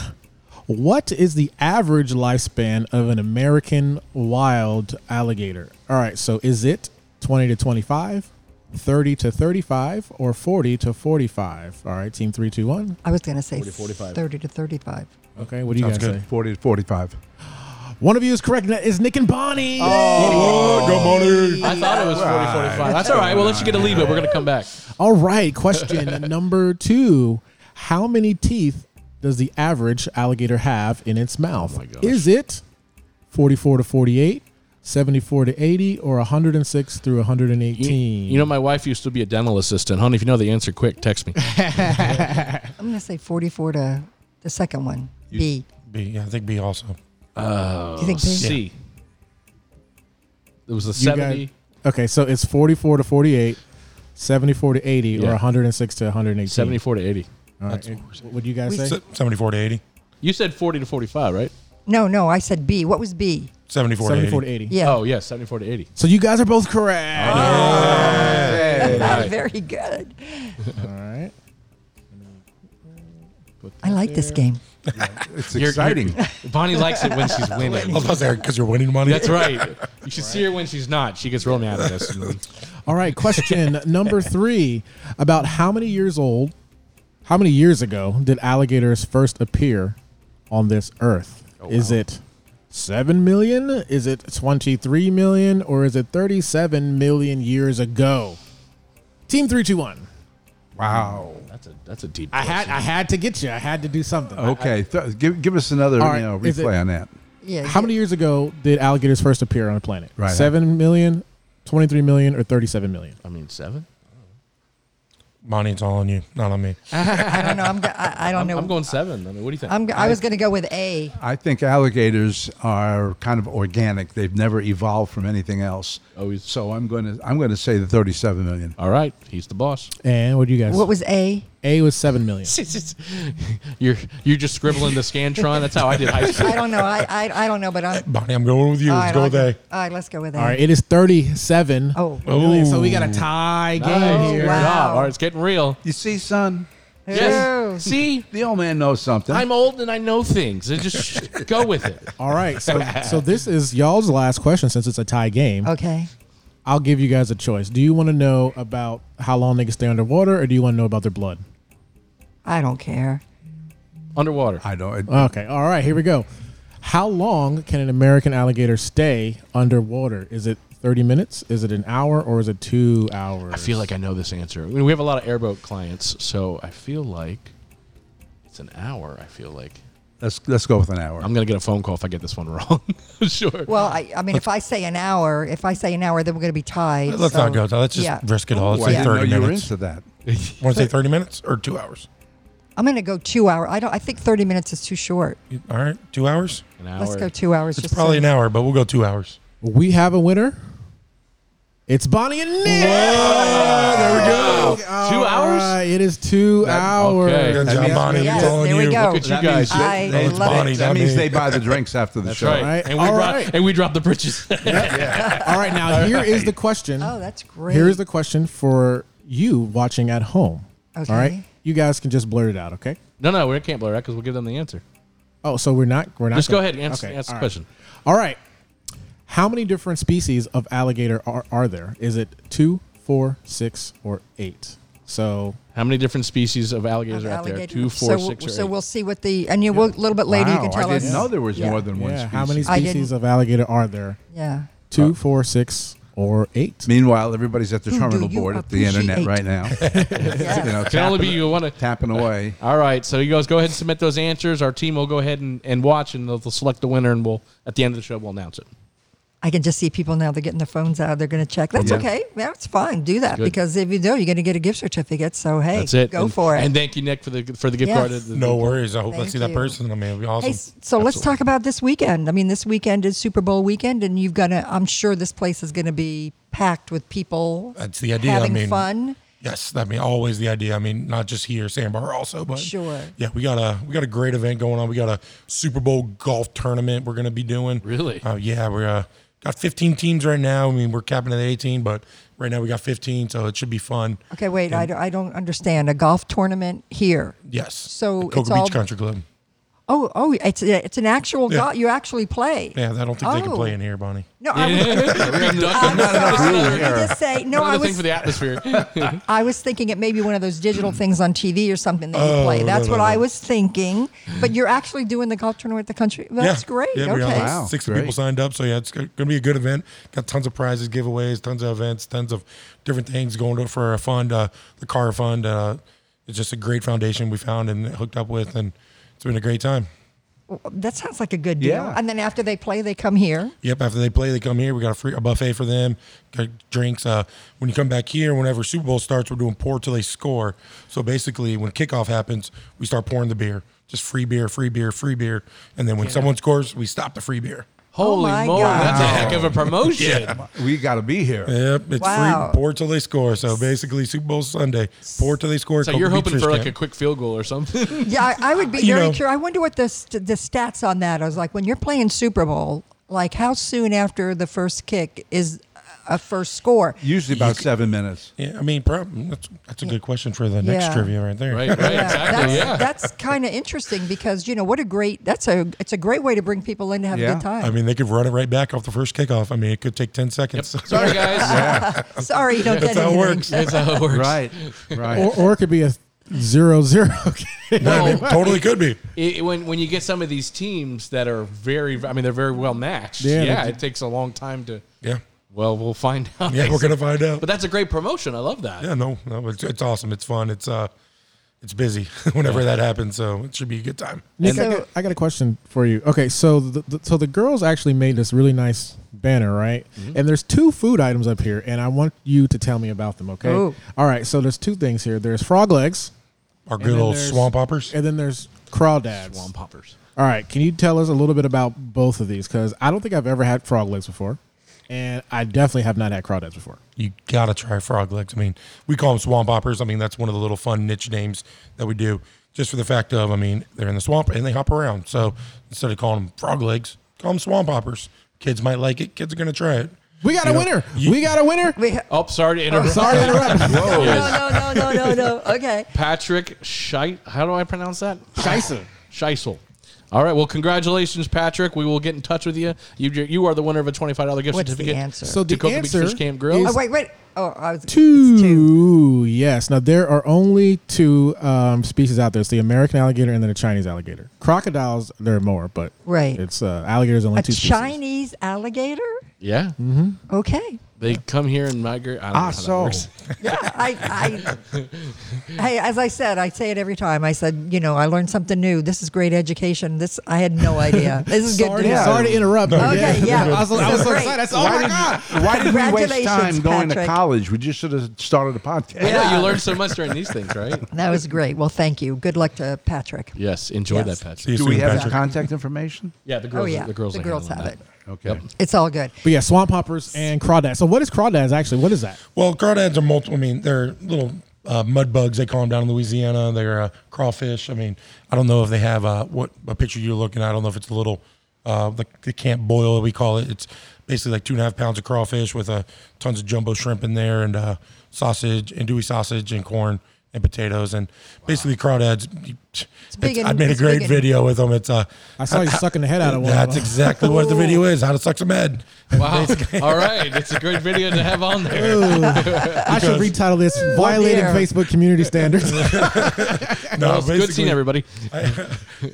Speaker 5: What is the average lifespan of an American wild alligator? All right, so is it 20 to 25, 30 to 35, or 40 to 45? All right, team 321.
Speaker 3: I was going to say
Speaker 4: 45.
Speaker 3: 30 to 35.
Speaker 5: Okay, what do you guys
Speaker 6: good.
Speaker 5: say?
Speaker 1: 40 to 45.
Speaker 5: One of you is correct, and that is Nick and Bonnie.
Speaker 6: Oh, good morning.
Speaker 4: I thought it was 40, 45. That's all right. We'll let you get a lead, but we're going to come back.
Speaker 5: All right, question number two. How many teeth does the average alligator have in its
Speaker 4: Oh
Speaker 5: mouth? Is it 44 to 48, 74 to 80, or 106 through 118?
Speaker 4: You know, my wife used to be a dental assistant. Honey, if you know the answer, quick, text me.
Speaker 3: I'm going to say 44 to the second one. B.
Speaker 6: B, yeah, I think B also.
Speaker 3: Do you
Speaker 4: Oh,
Speaker 3: think B?
Speaker 4: C. It was a
Speaker 5: You guys-
Speaker 4: seventy.
Speaker 5: okay, so it's 44 to 48, 74 to 80,
Speaker 4: Yeah.
Speaker 5: or 106 to 118.
Speaker 4: 74 to 80.
Speaker 5: All right, What would you guys say?
Speaker 6: Se- 74 to 80.
Speaker 4: You said 40 to 45, right?
Speaker 3: No, no, I said B. What was B?
Speaker 6: 74 to
Speaker 5: 74
Speaker 6: 80.
Speaker 5: to 80.
Speaker 3: Yeah.
Speaker 4: Oh, yeah, 74 to 80.
Speaker 5: So you guys are both correct.
Speaker 3: Very good.
Speaker 5: All right.
Speaker 3: I like this game.
Speaker 1: It's
Speaker 4: you're-
Speaker 1: exciting.
Speaker 4: Bonnie likes it when she's winning.
Speaker 6: I was about to say, because you're winning money.
Speaker 4: That's right. You should see her when she's not. She gets real mad at us.
Speaker 5: All right, question number three about how many years old, how many years ago did alligators first appear on this earth? Is it 7 million? Is it 23 million? Or is it 37 million years ago? Team 321.
Speaker 1: Wow.
Speaker 4: That's a that's a deep.
Speaker 5: I had I had to get you. I had to do something.
Speaker 1: Okay. Th- give, give us another
Speaker 5: All right,
Speaker 1: you know,
Speaker 5: is it-
Speaker 1: replay on that.
Speaker 3: Yeah. yeah.
Speaker 5: How many years ago did alligators first appear on the planet?
Speaker 1: Right.
Speaker 5: 7 million, 23 million, or 37 million?
Speaker 4: I mean, seven.
Speaker 6: Money, it's all on you, not on me.
Speaker 1: Ah.
Speaker 3: I don't know. I'm, go- I, I don't
Speaker 4: I'm,
Speaker 3: know.
Speaker 4: I'm going seven. I mean, what do you think?
Speaker 3: I'm, go- I was going to go with A.
Speaker 1: I think alligators are kind of organic. They've never evolved from anything else.
Speaker 4: Oh, he's-
Speaker 1: so I'm going to I'm going to say the 37 million.
Speaker 4: All right, he's the boss.
Speaker 5: And what do you guys?
Speaker 3: What was A?
Speaker 5: A was 7 million.
Speaker 4: you're you're just scribbling the scantron. That's how I did high school.
Speaker 3: I don't know. I, I, I don't know, but I'm.
Speaker 6: Bonnie, I'm going with you.
Speaker 3: all
Speaker 6: Let's
Speaker 3: right,
Speaker 6: go
Speaker 3: I'll
Speaker 6: with A.
Speaker 3: All right, let's go with A.
Speaker 5: All right, it is 37.
Speaker 3: Oh.
Speaker 5: million. So we got a tie game
Speaker 4: Nice.
Speaker 5: here.
Speaker 4: Good
Speaker 3: wow.
Speaker 4: job. All right, it's getting real.
Speaker 1: You see, son,
Speaker 3: Ew.
Speaker 4: Yes. See,
Speaker 1: the old man knows something.
Speaker 4: I'm old and I know things. I Just go with it.
Speaker 5: All right, so so this is y'all's last question since it's a tie game.
Speaker 3: Okay.
Speaker 5: I'll give you guys a choice. Do you want to know about how long they can stay underwater, or do you want to know about their blood?
Speaker 3: I don't care.
Speaker 4: Underwater.
Speaker 1: I don't. It,
Speaker 5: Okay, all right, here we go. How long can an American alligator stay underwater? Is it 30 minutes? Is it an hour, or is it two hours?
Speaker 4: I feel like I know this answer. I mean, we have a lot of airboat clients, so I feel like it's an hour. I feel like
Speaker 1: Let's let's go with an hour.
Speaker 4: I'm gonna get a phone call if I get this one wrong. sure.
Speaker 3: Well, I, I mean, if I say an hour, if I say an hour, then we're going to be tied.
Speaker 6: Let's
Speaker 3: so-
Speaker 6: not go. Let's just
Speaker 3: yeah.
Speaker 6: risk it all. Let's
Speaker 1: Well, I
Speaker 6: say
Speaker 1: didn't know
Speaker 6: thirty
Speaker 1: you were
Speaker 6: minutes.
Speaker 1: into that.
Speaker 6: Want to say thirty minutes or two hours?
Speaker 3: I'm going to go two hour. I don't. I think 30 minutes is too short.
Speaker 6: You- All right, two hours.
Speaker 4: An hour.
Speaker 3: Let's go two hours.
Speaker 6: It's
Speaker 3: just
Speaker 6: probably
Speaker 3: so-
Speaker 6: an hour, but we'll go two hours.
Speaker 5: We have a winner. It's Bonnie and Nick.
Speaker 4: Wow. Two hours?
Speaker 5: Alright, it is two hours.
Speaker 4: okay.
Speaker 6: Good
Speaker 1: I
Speaker 6: job,
Speaker 1: mean,
Speaker 6: Bonnie.
Speaker 3: yes,
Speaker 6: It's all on
Speaker 3: there we
Speaker 6: you.
Speaker 3: go.
Speaker 4: Look at you
Speaker 1: That
Speaker 4: guys.
Speaker 1: means they-
Speaker 3: I
Speaker 1: they-
Speaker 3: love it.
Speaker 1: Bonnie, That
Speaker 6: Not
Speaker 1: means
Speaker 6: me.
Speaker 1: they buy the drinks after the
Speaker 4: That's
Speaker 1: show.
Speaker 4: right.
Speaker 5: right.
Speaker 4: And we
Speaker 5: All
Speaker 4: brought
Speaker 5: right.
Speaker 4: and we dropped the britches.
Speaker 5: All right, now here is the question.
Speaker 3: Oh, that's great.
Speaker 5: Here is the question for you watching at home.
Speaker 3: Okay.
Speaker 5: All right. You guys can just blurt it out, okay?
Speaker 4: no, no, we can't blur that because we'll give them the answer.
Speaker 5: Oh, so we're not we're not
Speaker 4: Just go
Speaker 5: gonna-
Speaker 4: ahead and answer,
Speaker 5: okay,
Speaker 4: answer the
Speaker 5: all right.
Speaker 4: question.
Speaker 5: All right. How many different species of alligator are, are there? Is it two, four, six, or eight? So
Speaker 4: How many different species of alligators
Speaker 3: Of
Speaker 4: are out there?
Speaker 3: alligator-
Speaker 4: Two, four,
Speaker 3: so,
Speaker 4: six, or
Speaker 3: So
Speaker 4: eight.
Speaker 3: we'll see what the and you will, a little bit later you
Speaker 1: Wow,
Speaker 3: can tell
Speaker 1: I
Speaker 3: us.
Speaker 1: didn't know there was
Speaker 5: yeah,
Speaker 1: more than one
Speaker 5: yeah,
Speaker 1: species.
Speaker 5: how many
Speaker 3: I didn't-
Speaker 5: species of alligator are there?
Speaker 3: Yeah.
Speaker 4: Uh,
Speaker 5: Two, four, six, or eight?
Speaker 1: Meanwhile, everybody's at the
Speaker 3: Who Hmm, do
Speaker 1: terminal
Speaker 3: you
Speaker 1: board at the internet
Speaker 3: appreciate?
Speaker 1: right now.
Speaker 3: Yes.
Speaker 1: You know,
Speaker 4: Can only
Speaker 1: tapping-
Speaker 4: be you want to.
Speaker 1: tapping away.
Speaker 4: All right, so you guys go ahead and submit those answers. Our team will go ahead and, and watch, and they'll, they'll select the winner, and we'll at the end of the show we'll announce it.
Speaker 3: I can just see people now. They're getting their phones out. They're going to check. That's
Speaker 1: Yeah.
Speaker 3: okay. That's fine. Do that
Speaker 4: Good.
Speaker 3: because if you do, you're going to get a gift certificate. So hey,
Speaker 4: That's it.
Speaker 3: Go
Speaker 4: And-
Speaker 3: for it.
Speaker 4: And thank you, Nick, for the for the gift
Speaker 3: Yes.
Speaker 4: card. The-
Speaker 6: No worries. I hope I
Speaker 3: Thank
Speaker 6: see
Speaker 3: you.
Speaker 6: that person. I mean, it'd be awesome.
Speaker 3: Hey, s- so let's talk about this weekend. I mean, this weekend is Super Bowl weekend, and you've got to, I'm sure this place is going to be packed with people.
Speaker 6: That's the idea. I
Speaker 3: Having
Speaker 6: mean-
Speaker 3: fun.
Speaker 6: Yes, that mean always the idea. I mean, not just here, Sandbar also, but
Speaker 3: Sure.
Speaker 6: Yeah, we got a we got a great event going on. We got a Super Bowl golf tournament we're gonna be doing.
Speaker 4: Really?
Speaker 6: Oh yeah, we're uh, got 15 teams right now. I mean, we're capping at 18, but right now we got 15, so it should be fun.
Speaker 3: Okay, wait, I, don't- I don't understand. A golf tournament here.
Speaker 6: Yes.
Speaker 3: So
Speaker 6: At
Speaker 3: it's
Speaker 6: Cocoa Beach
Speaker 3: all-
Speaker 6: Country Club.
Speaker 3: Oh, oh, it's it's an actual
Speaker 6: Yeah.
Speaker 3: golf. You actually play.
Speaker 6: Yeah, I don't think they can
Speaker 3: Oh.
Speaker 6: play in here, Bonnie.
Speaker 3: No, I was, I'm
Speaker 4: Another
Speaker 3: sorry.
Speaker 1: rules
Speaker 3: Let me
Speaker 1: here.
Speaker 3: just say, no, I
Speaker 4: thing for
Speaker 3: was, Oh
Speaker 4: the atmosphere.
Speaker 3: I was thinking it may be one of those digital things on TV or something that you
Speaker 6: Mm. Oh,
Speaker 3: play.
Speaker 6: no,
Speaker 3: That's
Speaker 6: no,
Speaker 3: what
Speaker 6: no. Mm.
Speaker 3: I was thinking. But you're actually doing the golf tournament at the country. That's
Speaker 6: yeah.
Speaker 3: great.
Speaker 6: Yeah, we
Speaker 3: okay.
Speaker 6: got like
Speaker 1: Wow,
Speaker 6: 60
Speaker 1: great.
Speaker 6: people signed up. So yeah, it's going to be a good event. Got tons of prizes, giveaways, tons of events, tons of different things going to for a fund, uh, the car fund. Uh, it's just a great foundation we found and hooked up with, and it's been a great time.
Speaker 3: That sounds like a good deal.
Speaker 1: Yeah.
Speaker 3: And then after they play, they come here.
Speaker 6: Yep. After they play, they come here. We got a free a buffet for them, got drinks. Uh, when you come back here, whenever Super Bowl starts, we're doing pour till they score. So basically, when kickoff happens, we start pouring the beer. Just free beer, free beer, free beer. And then when someone scores, we stop the free beer.
Speaker 4: Holy
Speaker 3: my
Speaker 4: moly,
Speaker 3: God.
Speaker 4: that's a heck of a promotion.
Speaker 1: We got to be here.
Speaker 6: Yep, it's
Speaker 3: Wow.
Speaker 6: free. Pour till they score. So basically, Super Bowl Sunday. Pour till they score.
Speaker 4: So
Speaker 6: Cocoa
Speaker 4: you're
Speaker 6: Beach
Speaker 4: hoping
Speaker 6: Fish
Speaker 4: for like a
Speaker 6: Camp.
Speaker 4: quick field goal or something.
Speaker 3: Yeah, I, I would be
Speaker 6: You
Speaker 3: very
Speaker 6: know-
Speaker 3: curious. I wonder what the st- the stats on that. I was like, when you're playing Super Bowl, like how soon after the first kick is a first score?
Speaker 1: Usually about seven minutes.
Speaker 6: Yeah, I mean, prob- that's that's a good question for the next
Speaker 3: Yeah.
Speaker 6: trivia right there.
Speaker 4: right, right,
Speaker 3: that's
Speaker 4: exactly. Yeah.
Speaker 3: that's kind of interesting because you know what a great that's a it's a great way to bring people in to have a
Speaker 1: Yeah.
Speaker 3: good time.
Speaker 6: I mean, they could run it right back off the first kickoff. I mean, it could take ten seconds.
Speaker 4: Sorry, guys.
Speaker 3: Sorry, you don't get
Speaker 6: That's how it
Speaker 3: anything.
Speaker 6: works.
Speaker 4: That's how it works.
Speaker 1: Right, right.
Speaker 5: Or, or it could be a zero zero.
Speaker 6: I mean, totally could be.
Speaker 4: It, it- when when you get some of these teams that are very, I mean, they're very well matched. Yeah,
Speaker 5: Yeah, they
Speaker 4: it takes a long time to.
Speaker 6: Yeah,
Speaker 4: Well, we'll find out.
Speaker 6: yeah, we're gonna find out.
Speaker 4: But that's a great promotion. I love that.
Speaker 6: Yeah, no, no, it's, it's awesome. It's fun. It's uh, it's busy whenever that happens. So it should be a good time.
Speaker 5: Nick, I,
Speaker 3: So-
Speaker 5: got, I got a question for you. Okay, so the, the, so the girls actually made this really nice banner, right?
Speaker 6: Mm-hmm.
Speaker 5: And there's two food items up here, and I want you to tell me about them. Okay.
Speaker 3: Oh.
Speaker 5: All right. So there's two things here. There's frog legs,
Speaker 6: Our
Speaker 5: then
Speaker 6: good old
Speaker 5: there's-
Speaker 6: swamp hoppers.
Speaker 5: and then there's crawdads.
Speaker 4: Swan poppers.
Speaker 5: All right. Can you tell us a little bit about both of these? Because I don't think I've ever had frog legs before, and I definitely have not had crawdads before.
Speaker 6: you gotta try frog legs. I mean, we call them swamp hoppers. I mean, that's one of the little fun niche names that we do, just for the fact of, I mean, they're in the swamp and they hop around. So instead of calling them frog legs, call them swamp hoppers. Kids might like it. Kids are gonna try it.
Speaker 5: We got
Speaker 6: You
Speaker 5: a
Speaker 6: know,
Speaker 5: winner.
Speaker 6: you-
Speaker 5: we got a winner.
Speaker 3: We,
Speaker 4: Oh, sorry to interrupt.
Speaker 5: Sorry to interrupt.
Speaker 3: no, no, no, no, no, no. Okay.
Speaker 4: Patrick Scheit. How do I pronounce that?
Speaker 5: Scheisse.
Speaker 4: Scheisel. All right. Well, congratulations, Patrick. We will get in touch with you. You you are the winner of a twenty five dollar gift
Speaker 3: What's the
Speaker 4: certificate.
Speaker 3: answer?
Speaker 5: So the
Speaker 4: Tacoma Beach
Speaker 5: answer
Speaker 4: Fish Camp Grill.
Speaker 5: is
Speaker 3: oh wait, wait. Oh, I was it's
Speaker 5: Two.
Speaker 3: two.
Speaker 5: Yes. Now there are only two um, species out there. It's the American alligator and then the Chinese alligator. Crocodiles, there are more, but
Speaker 3: Right.
Speaker 5: It's uh, alligators only
Speaker 3: A
Speaker 5: two species.
Speaker 3: Chinese alligator.
Speaker 4: Yeah.
Speaker 3: Okay.
Speaker 4: They come here and migrate. I don't know
Speaker 1: Ah,
Speaker 4: how that
Speaker 1: so
Speaker 4: works.
Speaker 3: Yeah, I, I, hey, as I said, I say it every time. I said, you know, I learned something new. This is great education. This I had no idea. This is good.
Speaker 5: Sorry,
Speaker 3: to know.
Speaker 5: sorry to interrupt. but
Speaker 3: Okay, yeah.
Speaker 5: I was, I
Speaker 3: So
Speaker 5: was so
Speaker 3: great.
Speaker 5: excited. I said, oh my God.
Speaker 1: Why did we waste
Speaker 3: Congratulations,
Speaker 1: time going to
Speaker 3: Patrick.
Speaker 1: college? We just should have started a podcast.
Speaker 4: I know you learn so much during these things, right?
Speaker 3: That was great. Well, thank you. Good luck to Patrick.
Speaker 4: Yes, enjoy
Speaker 3: Yes.
Speaker 4: that, Patrick.
Speaker 6: See you
Speaker 1: Do we
Speaker 6: soon,
Speaker 1: have his
Speaker 6: Patrick.
Speaker 1: contact information?
Speaker 4: Yeah, the girls.
Speaker 3: Oh yeah,
Speaker 4: the girls. are handling
Speaker 3: have it.
Speaker 4: that.
Speaker 1: Okay.
Speaker 3: It's all good.
Speaker 5: But yeah, swamp hoppers and crawdads. So what is crawdads actually? What is that?
Speaker 6: Well, crawdads are multiple. I mean, they're little uh, mud bugs. They call them down in Louisiana. They're uh, crawfish. I mean, I don't know if they have uh, what a picture you're looking at. I don't know if it's a little uh, like the camp boil we call it. It's basically like two and a half pounds of crawfish with uh, tons of jumbo shrimp in there and uh, sausage and dewy sausage and corn and potatoes and basically crawdads. It's
Speaker 3: big and-
Speaker 6: I made a
Speaker 3: it's big
Speaker 6: great
Speaker 3: and-
Speaker 6: video with them. It's uh,
Speaker 5: I saw you sucking the head out of one.
Speaker 6: that's exactly what the video is. How to suck some head.
Speaker 4: Wow. All right. It's a great video to have on there.
Speaker 5: I should retitle this "Violating
Speaker 3: Dear.
Speaker 5: Facebook Community Standards."
Speaker 6: No,
Speaker 4: Well, good seeing
Speaker 6: basically-
Speaker 4: everybody.
Speaker 6: I,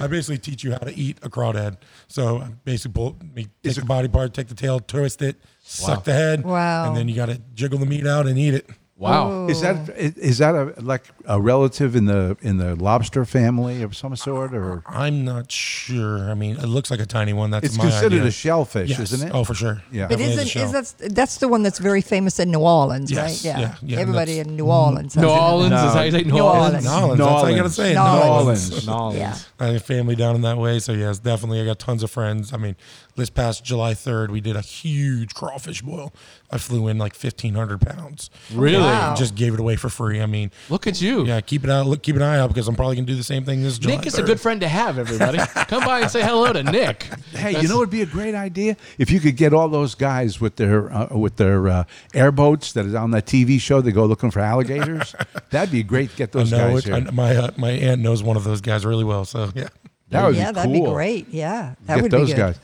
Speaker 6: I basically teach you how to eat a crawdad. So I basically, pull, me take the body part, take the tail, twist it, suck the head,
Speaker 3: Wow.
Speaker 6: and then you got to jiggle the meat out and eat it.
Speaker 4: Wow.
Speaker 1: Is that is that a like a relative in the in the lobster family of some sort, or
Speaker 6: I'm not sure. I mean, it looks like a tiny one. That's
Speaker 1: it's
Speaker 6: my
Speaker 1: considered
Speaker 6: idea.
Speaker 1: a shellfish,
Speaker 6: Yes.
Speaker 1: isn't it?
Speaker 6: Oh, for sure.
Speaker 1: Yeah.
Speaker 3: But
Speaker 6: Definitely
Speaker 3: isn't
Speaker 6: a
Speaker 3: is
Speaker 6: shell.
Speaker 3: that that's the one that's very famous in New Orleans,
Speaker 6: Yes,
Speaker 3: right?
Speaker 6: yeah, yeah,
Speaker 3: Everybody
Speaker 6: that's-
Speaker 3: in New Orleans. has
Speaker 4: New
Speaker 3: it.
Speaker 4: Orleans
Speaker 1: No.
Speaker 4: is how you say New,
Speaker 3: New
Speaker 4: Orleans.
Speaker 3: Orleans.
Speaker 6: Nolans, that's all I gotta say.
Speaker 1: Nolans.
Speaker 6: Nolans.
Speaker 4: Nolans.
Speaker 3: Yeah.
Speaker 6: I have family down in that way. So yes, definitely. I got tons of friends. I mean, this past July 3rd, we did a huge crawfish boil. I flew in like 1,500 pounds.
Speaker 4: Really?
Speaker 3: Wow.
Speaker 6: And just gave it away for free. I mean,
Speaker 4: Look at you.
Speaker 6: Yeah, keep it out. Look, keep an eye out because I'm probably gonna do the same thing this July.
Speaker 4: Nick is a
Speaker 6: 3rd.
Speaker 4: good friend to have, everybody. Come by and say hello to Nick.
Speaker 1: Hey, you know what would be a great idea if you could get all those guys with their uh, with their uh, airboats that is on that TV show. They go looking for alligators. That'd be great. to Get those
Speaker 6: No,
Speaker 1: guys
Speaker 6: it,
Speaker 1: here.
Speaker 6: I, my uh, my aunt knows one of those guys really well. So yeah,
Speaker 1: that would
Speaker 3: yeah,
Speaker 1: be
Speaker 3: that'd
Speaker 1: cool.
Speaker 3: be great. Yeah, that
Speaker 1: get
Speaker 3: would
Speaker 1: those
Speaker 3: be good.
Speaker 1: guys.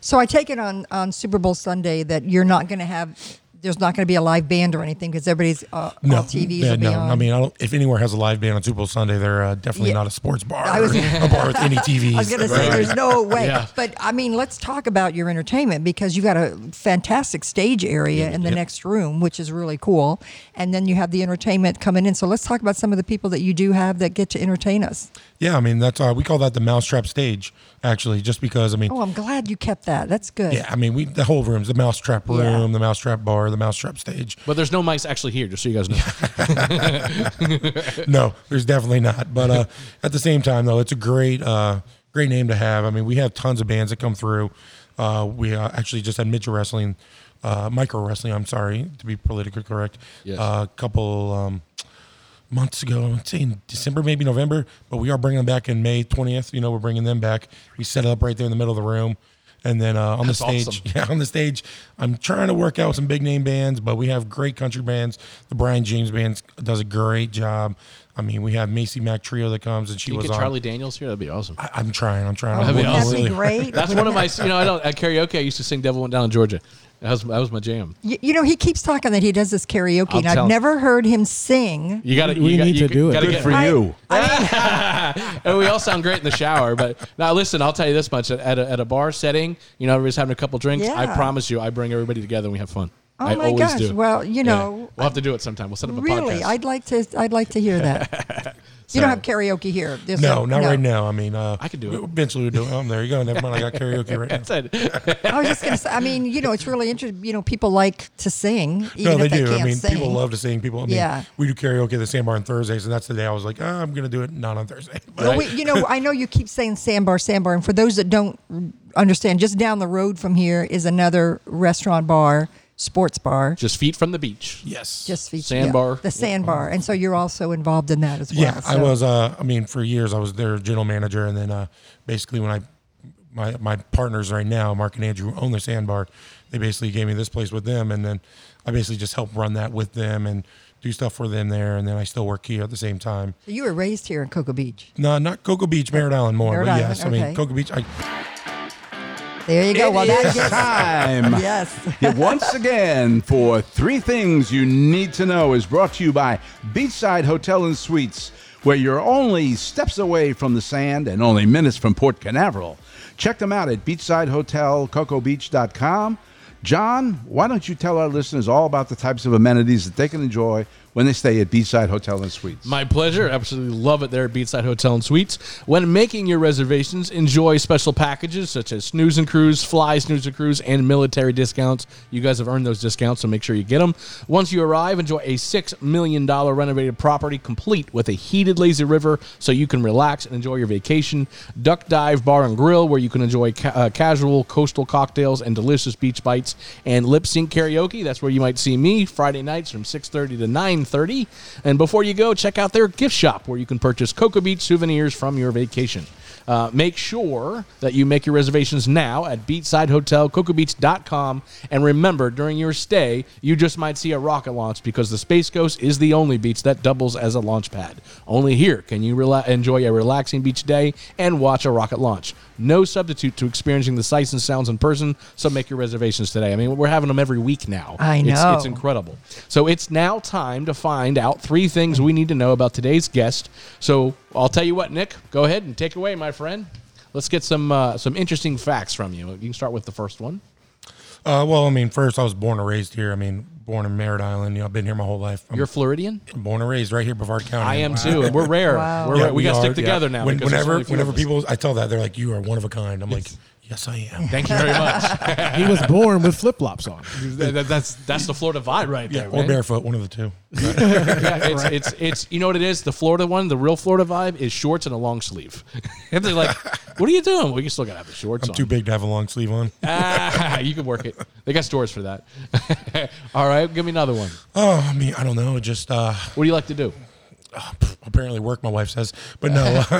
Speaker 3: So I take it on on Super Bowl Sunday that you're not going to have. There's not going to be a live band or anything because everybody's uh, all TVs
Speaker 6: yeah,
Speaker 3: will be
Speaker 6: no.
Speaker 3: on.
Speaker 6: I mean, I don't, if anywhere has a live band on Super Bowl Sunday, they're uh, definitely
Speaker 3: Yeah.
Speaker 6: not a sports bar.
Speaker 3: I was-
Speaker 6: or a bar with any TVs.
Speaker 3: I was going to say there's no way.
Speaker 4: Yeah.
Speaker 3: But I mean, let's talk about your entertainment because you got a fantastic stage area in the next room, which is really cool. And then you have the entertainment coming in. So let's talk about some of the people that you do have that get to entertain us.
Speaker 6: Yeah, I mean that's uh, we call that the mousetrap stage. Actually, just because I mean,
Speaker 3: Oh, I'm glad you kept that. That's good.
Speaker 6: yeah, I mean we the whole room's the mousetrap room,
Speaker 3: Yeah.
Speaker 6: the mousetrap bar, the mousetrap stage.
Speaker 4: But there's no mics actually here, just so you guys know.
Speaker 6: no, there's definitely not. But uh, at the same time, though, it's a great, uh, great name to have. I mean, we have tons of bands that come through. Uh, we uh, actually just had Mitchell Wrestling, uh, Micro Wrestling. I'm sorry to be politically correct.
Speaker 4: Yes.
Speaker 6: Uh, a couple um, months ago, I'm saying December, maybe November, but we are bringing them back in May 20th. You know, we're bringing them back. We set it up right there in the middle of the room. And then uh, on the
Speaker 4: That's
Speaker 6: stage,
Speaker 4: awesome.
Speaker 6: yeah, on the stage, I'm trying to work out some big name bands, but we have great country bands. The Brian James band does a great job. I mean, we have Macy Mac Trio that comes, and she
Speaker 4: you
Speaker 6: was
Speaker 4: get
Speaker 6: on.
Speaker 4: Charlie Daniels here, that'd be awesome.
Speaker 6: I, I'm trying. I'm trying. I'm
Speaker 4: That'd be
Speaker 6: working
Speaker 3: That'd
Speaker 4: awesome.
Speaker 3: be
Speaker 6: really-
Speaker 3: great.
Speaker 4: That's one of my, you know, I don't, at karaoke, I used to sing Devil Went Down in Georgia. That was, that was my jam.
Speaker 3: You, you know, he keeps talking that he does this karaoke,
Speaker 4: I'm
Speaker 3: and I've
Speaker 4: telling-
Speaker 3: never heard him sing.
Speaker 4: You got to,
Speaker 5: We
Speaker 4: you
Speaker 5: need
Speaker 4: gotta,
Speaker 5: to do it.
Speaker 4: Gotta
Speaker 1: Good
Speaker 4: get,
Speaker 1: for you.
Speaker 4: and we all sound great in the shower. But now, listen, I'll tell you this much: at a, at a bar setting, you know, everybody's having a couple drinks. I
Speaker 3: Yeah.
Speaker 4: promise you, I bring everybody together and we have fun.
Speaker 3: Oh
Speaker 4: I
Speaker 3: my
Speaker 4: always
Speaker 3: gosh,
Speaker 4: do.
Speaker 3: well, you know,
Speaker 4: we'll have to do it sometime. We'll set up a
Speaker 3: Really,
Speaker 4: podcast.
Speaker 3: I'd like to. I'd like to hear that. You don't have karaoke here. There's
Speaker 6: No, not right now. I mean, uh,
Speaker 4: I could do it.
Speaker 6: Eventually, we'll do it. Oh, there you go. Never mind. I got karaoke right now.
Speaker 4: That's it.
Speaker 3: I was just gonna say. I mean, you know, it's really interesting. You know, people like to sing, even
Speaker 6: no, they
Speaker 3: if they
Speaker 6: do.
Speaker 3: can't
Speaker 6: I mean,
Speaker 3: sing.
Speaker 6: people love to sing. People, I mean,
Speaker 3: Yeah.
Speaker 6: we do karaoke at the same bar on Thursdays, and that's the day I was like, ah, I'm gonna do it not on Thursday. But
Speaker 3: Well, we, you know, I know you keep saying sandbar, sandbar, and for those that don't understand, just down the road from here is another restaurant bar, sports bar,
Speaker 4: Just feet from the beach.
Speaker 6: yes,
Speaker 3: just feature
Speaker 4: Sandbar.
Speaker 3: the sandbar, and so you're also involved in that as well.
Speaker 6: Yeah, I
Speaker 3: so-
Speaker 6: was. Uh, I mean, for years I was their general manager, and then uh, basically when I my my partners right now, Mark and Andrew, own the Sandbar. They basically gave me this place with them, and then I basically just help run that with them and do stuff for them there, and then I still work here at the same time.
Speaker 3: You were raised here in Cocoa Beach.
Speaker 6: No, not Cocoa Beach, Merritt Island more,
Speaker 3: Merritt
Speaker 6: but
Speaker 3: Island,
Speaker 6: yes, I
Speaker 3: okay.
Speaker 6: mean Cocoa Beach. I,
Speaker 3: There you go. well, that gets
Speaker 1: time.
Speaker 3: yes.
Speaker 1: Yeah, Once again, for three things you need to know is brought to you by Beachside Hotel and Suites, where you're only steps away from the sand and only minutes from Port Canaveral. Check them out at beachsidehotelcocobeach.com. John, why don't you tell our listeners all about the types of amenities that they can enjoy when they stay at Beachside Hotel and Suites?
Speaker 4: My pleasure. Absolutely love it there at Beachside Hotel and Suites. When making your reservations, enjoy special packages such as snooze and cruise, fly snooze and cruise, and military discounts. You guys have earned those discounts, so make sure you get them. Once you arrive, enjoy a $6 million renovated property complete with a heated lazy river so you can relax and enjoy your vacation. Duck Dive Bar and Grill, where you can enjoy ca- uh, casual coastal cocktails and delicious beach bites. And lip sync karaoke, that's where you might see me Friday nights from 6.30 to 9.30. And before you go, check out their gift shop where you can purchase Cocoa Beach souvenirs from your vacation. Uh, make sure that you make your reservations now at beatsidehotelcocobeach.com. And remember, during your stay, you just might see a rocket launch because the Space Ghost is the only beach that doubles as a launch pad. Only here can you rela- enjoy a relaxing beach day and watch a rocket launch. No substitute to experiencing the sights and sounds in person, so make your reservations today. I mean, we're having them every week now.
Speaker 3: I
Speaker 4: It's-
Speaker 3: know.
Speaker 4: it's incredible incredible. So it's now time to find out three things we need to know about today's guest. So I'll tell you what, Nick, go ahead and take away, my friend. Let's get some uh, some interesting facts from you. You can start with the first one.
Speaker 6: Uh, well, I mean, first I was born and raised here. I mean, born in Merritt Island. You know, I've been here my whole life. I'm
Speaker 4: You're Floridian.
Speaker 6: born and raised right here, Brevard County.
Speaker 4: I am too, and we're rare.
Speaker 3: Wow.
Speaker 4: We're
Speaker 6: Yeah,
Speaker 4: rare. We, gotta
Speaker 6: are,
Speaker 4: stick
Speaker 6: yeah.
Speaker 4: together now.
Speaker 6: When-
Speaker 4: because there's
Speaker 6: whenever,
Speaker 4: only a few
Speaker 6: whenever
Speaker 4: of us.
Speaker 6: people, I tell that they're like, "You are one of a kind." I'm like, "Yes, I am."
Speaker 4: thank you very much.
Speaker 5: He was born with flip flops on.
Speaker 4: That- that- that's that's the Florida vibe right
Speaker 6: yeah,
Speaker 4: there.
Speaker 6: or
Speaker 4: man.
Speaker 6: barefoot, one of the two.
Speaker 4: Yeah, it's, it's it's you know what it is. The Florida one, the real Florida vibe is shorts and a long sleeve. and they're like, "What are you doing?" Well, you still gotta have the shorts
Speaker 6: I'm
Speaker 4: on.
Speaker 6: too big to have a long sleeve on.
Speaker 4: Ah, you can work it. They got stores for that. All right, give me another one.
Speaker 6: Oh, I mean, I don't know. Just uh,
Speaker 4: What do you like to do?
Speaker 6: apparently work. My wife says, but no,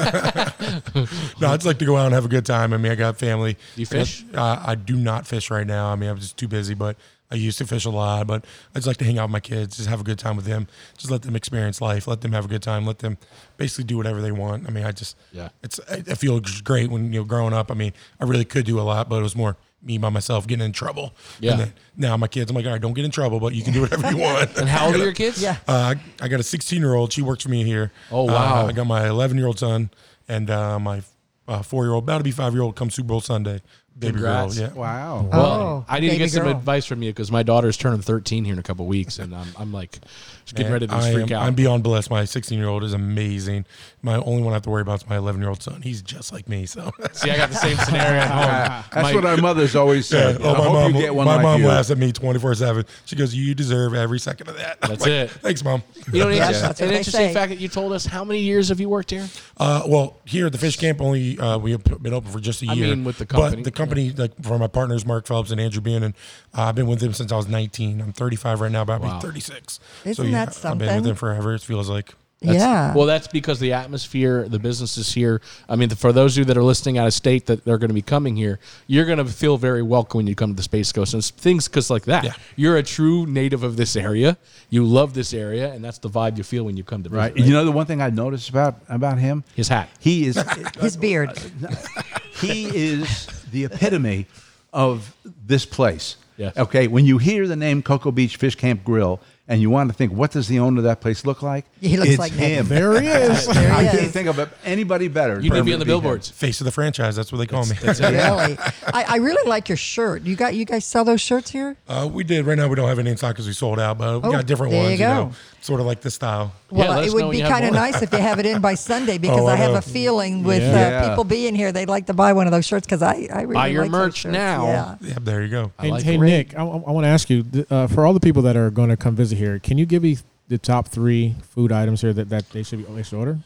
Speaker 6: no. I'd just like to go out and have a good time. I mean, I got family.
Speaker 4: You fish?
Speaker 6: Uh, I do not fish right now. I mean, I'm just too busy. But I used to fish a lot. But I just like to hang out with my kids, just have a good time with them, just let them experience life, let them have a good time, let them basically do whatever they want. I mean, I just
Speaker 4: Yeah.
Speaker 6: it's I, I feel great when you know growing up. I mean, I really could do a lot, but it was more. Me by myself getting in trouble.
Speaker 4: Yeah.
Speaker 6: And then now my kids, I'm like, all right, don't get in trouble, but you can do whatever you want.
Speaker 4: And how old are your kids?
Speaker 3: Yeah.
Speaker 6: Uh, I I got a 16 year old. She works for me here.
Speaker 4: Oh,
Speaker 6: Uh,
Speaker 4: wow.
Speaker 6: I got my 11 year old son and uh, my uh, four year old, about to be five year old, come Super Bowl Sunday. Baby
Speaker 4: Congrats.
Speaker 6: girl. Yeah.
Speaker 1: wow.
Speaker 4: Well,
Speaker 3: Oh,
Speaker 4: I need to
Speaker 3: baby
Speaker 4: get some
Speaker 3: girl.
Speaker 4: advice from you because my daughter's turning 13 here in a couple weeks, and I'm, I'm like just getting ready to just
Speaker 6: I
Speaker 4: freak
Speaker 6: am,
Speaker 4: out.
Speaker 6: I'm beyond blessed. My 16 year old is amazing. My only one I have to worry about is my 11 year old son. He's just like me. So,
Speaker 4: See, I got the same scenario at home.
Speaker 1: That's
Speaker 4: My-
Speaker 1: what our mothers always
Speaker 6: Yeah.
Speaker 1: said.
Speaker 6: Oh,
Speaker 1: I
Speaker 6: my
Speaker 1: hope
Speaker 6: mom,
Speaker 1: you get one
Speaker 6: my
Speaker 1: like
Speaker 6: mom
Speaker 1: you.
Speaker 6: laughs at me 24 7. She goes, You deserve every second of that. I'm
Speaker 4: That's
Speaker 6: like,
Speaker 4: it.
Speaker 6: Thanks, mom.
Speaker 4: you know, an
Speaker 3: Yes, that's
Speaker 4: interesting-
Speaker 3: what
Speaker 4: an
Speaker 3: they
Speaker 4: interesting
Speaker 3: say.
Speaker 4: fact that you told us. How many years have you worked here?
Speaker 6: Uh, well, here at the fish camp, only uh, we have been open for just a
Speaker 4: I
Speaker 6: year.
Speaker 4: mean, with the company,
Speaker 6: but the company, like for my partners, Mark Phelps and Andrew Bannon, uh, I've been with them since I was 19. I'm 35 right now, but I'll
Speaker 4: Wow.
Speaker 6: be 36.
Speaker 3: Isn't that
Speaker 6: I've been
Speaker 3: something?
Speaker 6: with them forever. It feels like.
Speaker 4: That's-
Speaker 3: yeah.
Speaker 4: Well, that's because the atmosphere, the businesses here. I mean, for those of you that are listening out of state that they're going to be coming here, you're going to feel very welcome when you come to the Space Coast and it's things because like that.
Speaker 6: Yeah.
Speaker 4: You're a true native of this area. You love this area, and that's the vibe you feel when you come to visit.
Speaker 1: Right. You know the one thing I noticed about about him?
Speaker 4: His hat.
Speaker 1: He is
Speaker 3: His beard.
Speaker 1: he is the epitome of this place.
Speaker 4: Yes.
Speaker 1: Okay. When you hear the name Cocoa Beach Fish Camp Grill and you want to think, what does the owner of that place look like?
Speaker 3: He looks
Speaker 1: it's
Speaker 3: like Nick.
Speaker 1: him.
Speaker 5: There he is.
Speaker 3: There
Speaker 1: I
Speaker 3: he
Speaker 1: can't
Speaker 3: is.
Speaker 1: think of anybody better.
Speaker 4: You need to be
Speaker 1: Perfect
Speaker 4: on the
Speaker 1: him.
Speaker 4: billboards.
Speaker 6: Face of the franchise. That's what they call me.
Speaker 3: Really, I, I really like your shirt. You got you guys sell those shirts here?
Speaker 6: uh, we did. Right now, we don't have any in stock because we sold out, but we
Speaker 3: Oh,
Speaker 6: got different
Speaker 3: there you
Speaker 6: ones. You,
Speaker 3: go.
Speaker 6: know, sort of like the style.
Speaker 4: Yeah,
Speaker 3: Well,
Speaker 4: let us
Speaker 3: it
Speaker 4: know
Speaker 3: would
Speaker 4: when
Speaker 3: be
Speaker 4: you have
Speaker 3: kind of
Speaker 4: more.
Speaker 3: nice if they have it in by Sunday because
Speaker 6: Oh, I
Speaker 3: I have
Speaker 6: know.
Speaker 3: a feeling with
Speaker 1: Yeah.
Speaker 3: Uh, people being here, they'd like to buy one of those shirts because I, I really
Speaker 4: Buy your
Speaker 3: like those
Speaker 4: merch
Speaker 3: shirts.
Speaker 4: now.
Speaker 3: Yeah.
Speaker 6: Yeah, there you go.
Speaker 5: Hey,
Speaker 4: like
Speaker 5: hey
Speaker 4: it.
Speaker 5: Nick, I, want to ask you th- uh, for all the people that are going to come visit here. Can you give me the top three food items here that, that they should be they should order?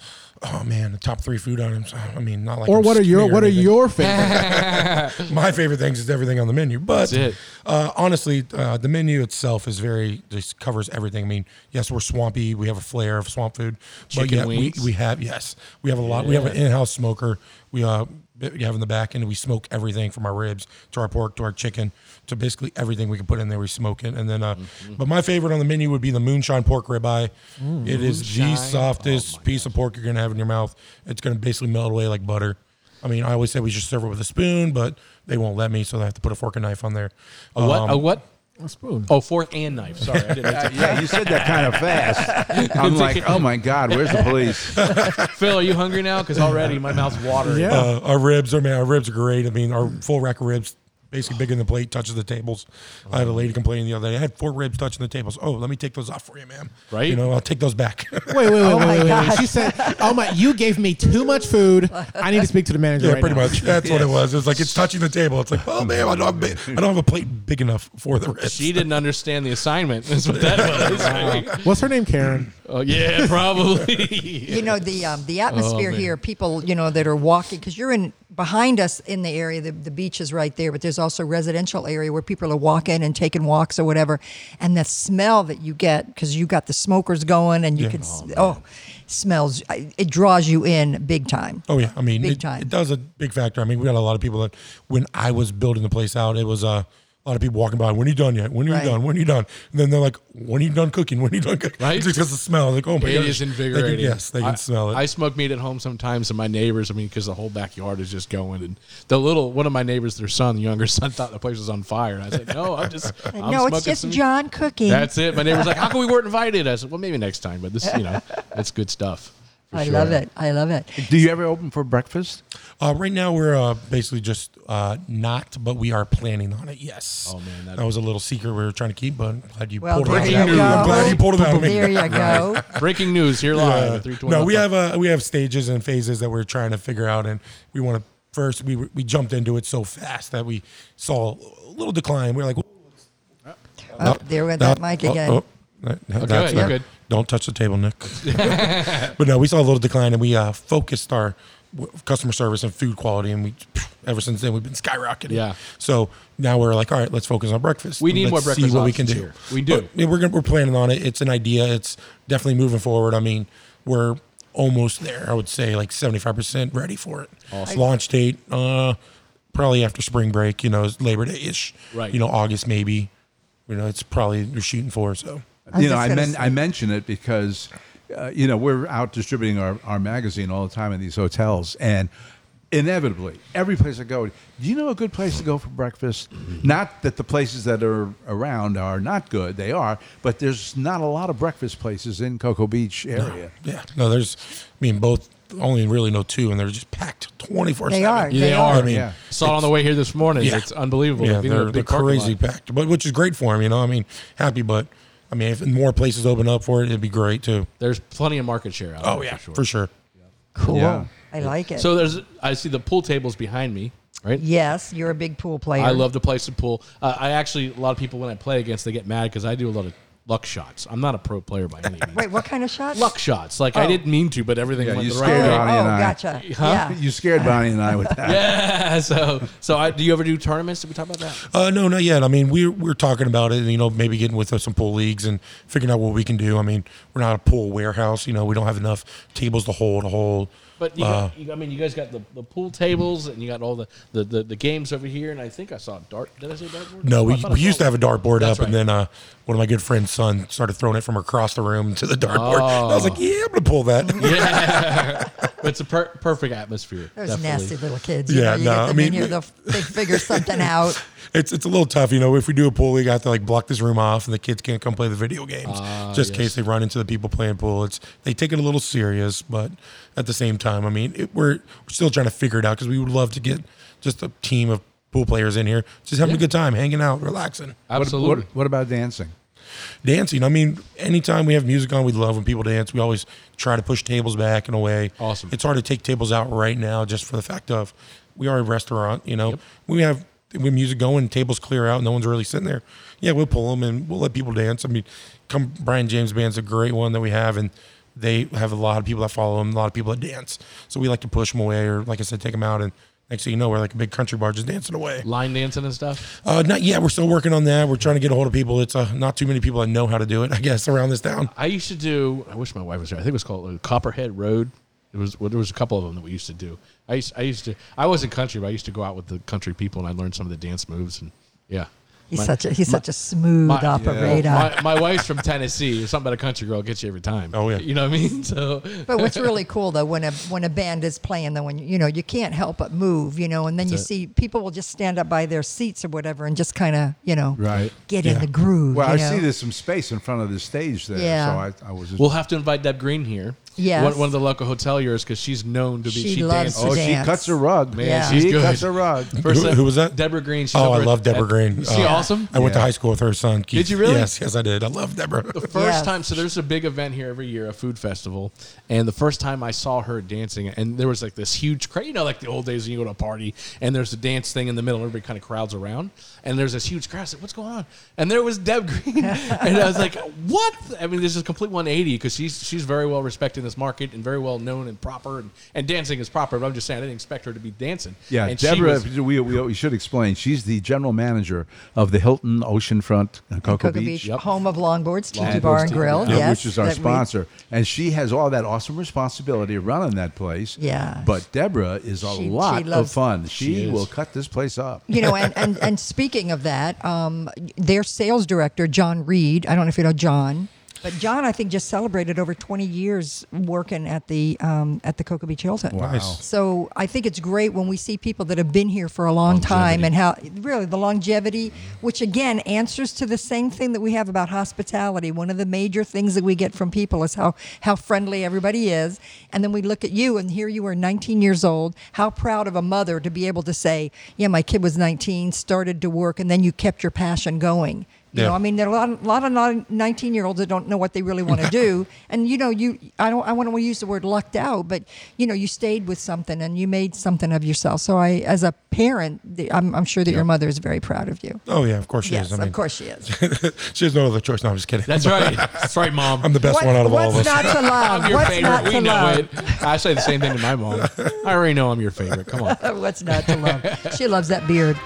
Speaker 6: Oh man, the top three food items. I mean, not like
Speaker 5: Or
Speaker 6: I'm
Speaker 5: what are your
Speaker 6: skinny or
Speaker 5: what are
Speaker 6: anything.
Speaker 5: your favorite?
Speaker 6: my favorite things is everything on the menu. But
Speaker 4: That's it.
Speaker 6: Uh, honestly, uh, the menu itself is very just covers everything. I mean, yes, we're swampy. We have a flair of swamp food, but
Speaker 4: Chicken
Speaker 6: yeah, we,
Speaker 4: wings.
Speaker 6: we have yes, we have a lot. We have an in-house smoker. We uh, we have in the back end. We smoke everything from our ribs to our pork to our chicken to basically everything we can put in there. We smoke it, and then. Uh,
Speaker 4: Mm-hmm.
Speaker 6: But my favorite on the menu would be the moonshine pork ribeye.
Speaker 4: Mm.
Speaker 6: it is the
Speaker 4: Oh
Speaker 6: softest piece of pork you're gonna have in your mouth. It's gonna basically melt away like butter. I mean, I always say we should serve it with a spoon, but they won't let me, so I have to put a fork and knife on there.
Speaker 4: A what?
Speaker 6: um,
Speaker 4: a what?
Speaker 5: A spoon.
Speaker 4: Oh, fork and knife. Sorry, I didn't mean
Speaker 1: Uh, Yeah, you said that kind of fast. I'm like, oh my God, where's the police?
Speaker 4: to- Phil, are you hungry now? Because already my mouth's watering.
Speaker 5: Yeah.
Speaker 6: Uh, our ribs, I mean, our ribs are great. I mean, our full rack of ribs, basically big in the plate, touches the tables. I had a lady complaining the other day. I had four ribs touching the tables. Oh, let me take those off for you, ma'am.
Speaker 4: Right.
Speaker 6: You know, I'll take those back.
Speaker 5: Wait, wait, wait,
Speaker 3: Oh my
Speaker 5: wait, wait, wait.
Speaker 3: God.
Speaker 5: She said, "Oh my, you gave me too much food. I need to speak to the manager."
Speaker 6: yeah,
Speaker 5: right
Speaker 6: pretty
Speaker 5: now."
Speaker 6: much. That's what it was. It's like it's touching the table. It's like, oh ma'am, I don't have, big- I don't have a plate big enough for the ribs.
Speaker 4: She didn't understand the assignment. That's what that was.
Speaker 5: What's her name? Karen.
Speaker 4: oh, yeah, probably.
Speaker 3: you know the um, the atmosphere here people you know that are walking because you're in behind us in the area the, the beach is right there but there's also residential area where people are walking and taking walks or whatever and the smell that you get because you got the smokers going and you can s- oh, smells I- it draws you in big time
Speaker 6: Oh yeah, I mean,
Speaker 3: Big
Speaker 6: it,
Speaker 3: time.
Speaker 6: it does a big factor. I mean, we got a lot of people that when I was building the place out, it was uh, a lot of people walking by. When are you done yet? When are you
Speaker 3: Right.
Speaker 6: done? When are you done? And then they're like, When are you done cooking? When are you done cooking?
Speaker 4: Right.
Speaker 6: It's just 'cause the smell. Like, oh my
Speaker 4: It
Speaker 6: gosh.
Speaker 4: is
Speaker 6: They can-
Speaker 4: invigorating.
Speaker 6: yes, they can
Speaker 4: I,
Speaker 6: smell it.
Speaker 4: I smoke meat at home sometimes, and my neighbors. I mean, because the whole backyard is just going. And the little one of my neighbors, their son, the younger son, thought the place was on fire. And I said, "No, I'm just.
Speaker 3: no
Speaker 4: I'm smoking
Speaker 3: it's just
Speaker 4: some-
Speaker 3: john cooking
Speaker 4: That's it. My neighbor's like, "How come we weren't invited?" I said, "Well, maybe next time." But this, you know, it's good stuff. for
Speaker 3: i
Speaker 4: sure.
Speaker 3: love it i love it
Speaker 1: Do you ever open for breakfast?
Speaker 6: Uh, right now, we're uh, basically just uh, not, but we are planning on it. Yes.
Speaker 4: Oh, man,
Speaker 6: that,
Speaker 4: that-
Speaker 6: was a little secret we were trying to keep, but I'm glad you
Speaker 3: Well,
Speaker 6: pulled it
Speaker 3: there
Speaker 6: out.
Speaker 4: you
Speaker 6: I'm
Speaker 4: go.
Speaker 6: glad you pulled it out. of me.
Speaker 3: there you go
Speaker 4: Breaking news here live
Speaker 6: Yeah.
Speaker 4: at 320.
Speaker 6: No, we have uh, we have stages and phases that we're trying to figure out, and we want to first we we jumped into it so fast that we saw a little decline. We are like,
Speaker 3: oh, there went that mic
Speaker 6: oh,
Speaker 3: again
Speaker 6: oh, that- that's
Speaker 4: good, you're
Speaker 6: not-
Speaker 4: good.
Speaker 6: Don't touch the table, Nick. but no, we saw a little decline, and we uh, focused our w- customer service and food quality, and we ever since then we've been skyrocketing.
Speaker 4: Yeah.
Speaker 6: So now we're like, all right, let's focus on breakfast.
Speaker 4: We need
Speaker 6: Let's
Speaker 4: more breakfast
Speaker 6: See what we can do.
Speaker 4: options here. We do.
Speaker 6: But, yeah, we're gonna, we're planning on it. It's an idea. It's definitely moving forward. I mean, we're almost there. I would say like seventy five percent ready for it. Launch date, uh, probably after spring break. You know, is Labor Day ish.
Speaker 4: Right.
Speaker 6: You know, August maybe. You know, it's probably you're shooting for. So
Speaker 3: was
Speaker 1: you know,
Speaker 3: just
Speaker 1: I,
Speaker 3: gonna
Speaker 1: men-
Speaker 3: say-
Speaker 1: I mention it because, uh, you know, we're out distributing our, our magazine all the time in these hotels. And inevitably, every place I go, do you know a good place to go for breakfast? Not that the places that are around are not good, they are, but there's not a lot of breakfast places in Cocoa Beach area.
Speaker 6: yeah, no, there's. I mean, both only really know two, and they're just packed twenty four.
Speaker 3: They are.
Speaker 4: Yeah, they
Speaker 3: They
Speaker 4: are.
Speaker 3: are.
Speaker 6: I mean,
Speaker 1: Yeah.
Speaker 4: Saw it on the way here this morning.
Speaker 6: Yeah.
Speaker 4: It's unbelievable.
Speaker 6: Yeah,
Speaker 4: They've been in a
Speaker 6: they're, they're
Speaker 4: big parking lot.
Speaker 6: crazy packed, but which is great for them. You know, I mean, happy, but I mean, if more places open up for it, it'd be great too.
Speaker 4: There's plenty of market share out
Speaker 6: Oh
Speaker 4: there
Speaker 6: yeah,
Speaker 4: for sure.
Speaker 6: for sure.
Speaker 3: cool
Speaker 1: Yeah.
Speaker 3: i like it
Speaker 4: So there's I see the pool tables behind me, right?
Speaker 3: yes you're a big pool player
Speaker 4: I love to play some pool. Uh, I actually a lot of people when I play against they get mad because I do a lot of luck shots. I'm not a pro player by any means.
Speaker 3: wait what kind of shot
Speaker 4: Luck shots, like I
Speaker 3: Oh.
Speaker 4: didn't mean to, but everything
Speaker 1: Yeah,
Speaker 4: went
Speaker 1: you
Speaker 4: the
Speaker 1: scared
Speaker 4: right way.
Speaker 1: her. Bonnie
Speaker 3: oh,
Speaker 1: and I.
Speaker 3: gotcha. Yeah.
Speaker 1: You scared Bonnie and I with that.
Speaker 4: Yeah, so so I, do you ever do tournaments? Did we talk about that?
Speaker 6: Uh, no, not yet. I mean, we're we're talking about it. You know, maybe getting with some pool leagues and figuring out what we can do. I mean, we're not a pool warehouse. You know, we don't have enough tables to hold a whole.
Speaker 4: But you,
Speaker 6: uh,
Speaker 4: got, you I mean, you guys got the, the pool tables and you got all the, the, the, the games over here, and I think I saw a dart. Did I say dartboard?
Speaker 6: no,
Speaker 4: Oh, I
Speaker 6: we,
Speaker 4: thought I
Speaker 6: we used to
Speaker 4: saw
Speaker 6: have a dartboard
Speaker 4: That's
Speaker 6: up, and
Speaker 4: right.
Speaker 6: then uh, one of my good friend's son started throwing it from across the room to the dartboard.
Speaker 4: Oh.
Speaker 6: I was like, yeah, I'm gonna pull that.
Speaker 4: one. Yeah, but it's a per- perfect atmosphere.
Speaker 3: Those
Speaker 4: definitely.
Speaker 3: nasty little kids. You
Speaker 6: Yeah,
Speaker 3: know, you
Speaker 6: no, I
Speaker 3: get them
Speaker 6: mean,
Speaker 3: in here, they'll, they figure something out.
Speaker 6: It's it's a little tough, you know. If we do a pool league, I have to like block this room off, and the kids can't come play the video games just in case they run into the people playing pool. It's they take it a little serious, but at the same time, I mean, it, we're, we're still trying to figure it out because we would love to get just a team of pool players in here, just having a good time, hanging out, relaxing,
Speaker 4: Absolutely.
Speaker 1: What, what about dancing?
Speaker 6: dancing. I mean, anytime we have music on, we love when people dance. We always try to push tables back and away.
Speaker 4: Awesome.
Speaker 6: It's hard to take tables out right now just for the fact of we are a restaurant. You know, we have with music going, tables clear out, no one's really sitting there. Yeah, we'll pull them and we'll let people dance. I mean, come Brian James Band's a great one that we have, and they have a lot of people that follow them, a lot of people that dance. So we like to push them away, or like I said, take them out and. Next thing you know, we're like a big country bar just dancing away.
Speaker 4: line dancing and stuff.
Speaker 6: Uh, not yet. We're still working on that. We're trying to get a hold of people. It's uh, not too many people that know how to do it, I guess, around this town.
Speaker 4: I used to do. I wish my wife was here. I think it was called uh, Copperhead Road. It was. Well, there was a couple of them that we used to do. I used. I used to. I wasn't country, but I used to go out with the country people and I learned some of the dance moves and yeah.
Speaker 3: He's
Speaker 4: My-
Speaker 3: such a he's such a smooth
Speaker 4: my- yeah.
Speaker 3: operator.
Speaker 4: My, my wife's from Tennessee. Something about a country girl gets you every time.
Speaker 6: Oh, yeah.
Speaker 4: You know what I mean? So
Speaker 3: But what's really cool though, when a when a band is playing, though, when you know you can't help but move, you know, and then you see people will just stand up by their seats or whatever and just kind of you know
Speaker 1: Right.
Speaker 3: get
Speaker 6: Yeah.
Speaker 3: in the groove.
Speaker 1: Well,
Speaker 3: you
Speaker 1: I
Speaker 3: know?
Speaker 1: see there's some space in front of the stage there,
Speaker 3: Yeah.
Speaker 1: so I, I was.
Speaker 4: we'll have to invite Deb Green here.
Speaker 3: Yes.
Speaker 4: one, one of the local hoteliers because she's known to be
Speaker 3: She loves
Speaker 4: dances.
Speaker 3: to
Speaker 1: Oh, she
Speaker 3: dance.
Speaker 1: cuts a rug.
Speaker 4: Man,
Speaker 3: Yeah.
Speaker 4: she's
Speaker 1: she
Speaker 4: good.
Speaker 1: cuts a rug.
Speaker 4: First
Speaker 6: Who-
Speaker 4: time-
Speaker 6: who was that?
Speaker 4: Deborah Green. She's
Speaker 6: Oh, I
Speaker 4: over at-
Speaker 6: love Deborah
Speaker 4: at-
Speaker 6: Green.
Speaker 4: Is she
Speaker 6: Uh,
Speaker 4: awesome?
Speaker 6: I went to high school with her son. Keith.
Speaker 4: you really?
Speaker 6: Yes, yes, I did. I love Deborah.
Speaker 4: first
Speaker 3: Yeah.
Speaker 4: time so there's a big event here every year a food festival and the first time i saw her dancing and there was like this huge crowd you know like the old days when you go to a party and there's a dance thing in the middle and everybody kind of crowds around and there's this huge crowd I said, what's going on and there was deb green and i was like what i mean this is a complete 180 because she's she's very well respected in this market and very well known and proper and, and dancing is proper but i'm just saying i didn't expect her to be dancing
Speaker 1: Yeah,
Speaker 4: and she
Speaker 1: Deborah,
Speaker 4: was-
Speaker 1: we, we, we should explain. She's the general manager of the Hilton Oceanfront uh, Cocoa,
Speaker 3: Cocoa
Speaker 1: Beach.
Speaker 3: Beach,
Speaker 4: Yep.
Speaker 3: home of longboards, Tiki
Speaker 4: Longboards,
Speaker 3: Bar and
Speaker 4: Tiki
Speaker 3: Grill.
Speaker 4: Bar.
Speaker 1: Yeah,
Speaker 3: yes,
Speaker 1: which is our
Speaker 3: that we-
Speaker 1: sponsor, and she has all that awesome responsibility running that place.
Speaker 3: Yeah.
Speaker 1: but Deborah is a
Speaker 3: She- she
Speaker 1: lot of
Speaker 3: loves-
Speaker 1: fun. She,
Speaker 4: She is.
Speaker 1: will cut this place up.
Speaker 3: you know, and, and, and speaking of that, um, their sales director, John Reed, I don't know if you know John, but John, I think, just celebrated over 20 years working at the um, at the Cocoa Beach Hilton.
Speaker 6: Nice.
Speaker 3: So I think it's great when we see people that have been here for a long time and how really the longevity, which again answers to the same thing that we have about hospitality. One of the major things that we get from people is how how friendly everybody is, and then we look at you and here you are 19 years old. How proud of a mother to be able to say, "Yeah, my kid was 19, started to work, and then you kept your passion going." You know,
Speaker 6: Yeah.
Speaker 3: I mean, there are a lot, lot of nineteen-year-olds that don't know what they really want to do, and you know, you I don't I want to use the word lucked out, but you know, you stayed with something and you made something of yourself. So I, as a parent, the, I'm, I'm sure that your mother is very proud of you.
Speaker 6: Oh yeah, of course she
Speaker 3: yes,
Speaker 6: is. I mean,
Speaker 3: of course she is.
Speaker 6: she has no other choice. No, I'm just kidding.
Speaker 4: that's right that's right mom
Speaker 6: I'm the best
Speaker 3: What-
Speaker 6: one out of all
Speaker 3: what's
Speaker 6: of us.
Speaker 3: not to love?
Speaker 4: I'm your
Speaker 3: Um, what's
Speaker 4: favorite.
Speaker 3: not
Speaker 4: We
Speaker 3: to
Speaker 4: know
Speaker 3: love?
Speaker 4: it. I say the same thing to my mom. I already know I'm your favorite. Come on.
Speaker 3: what's not to love? She loves that beard.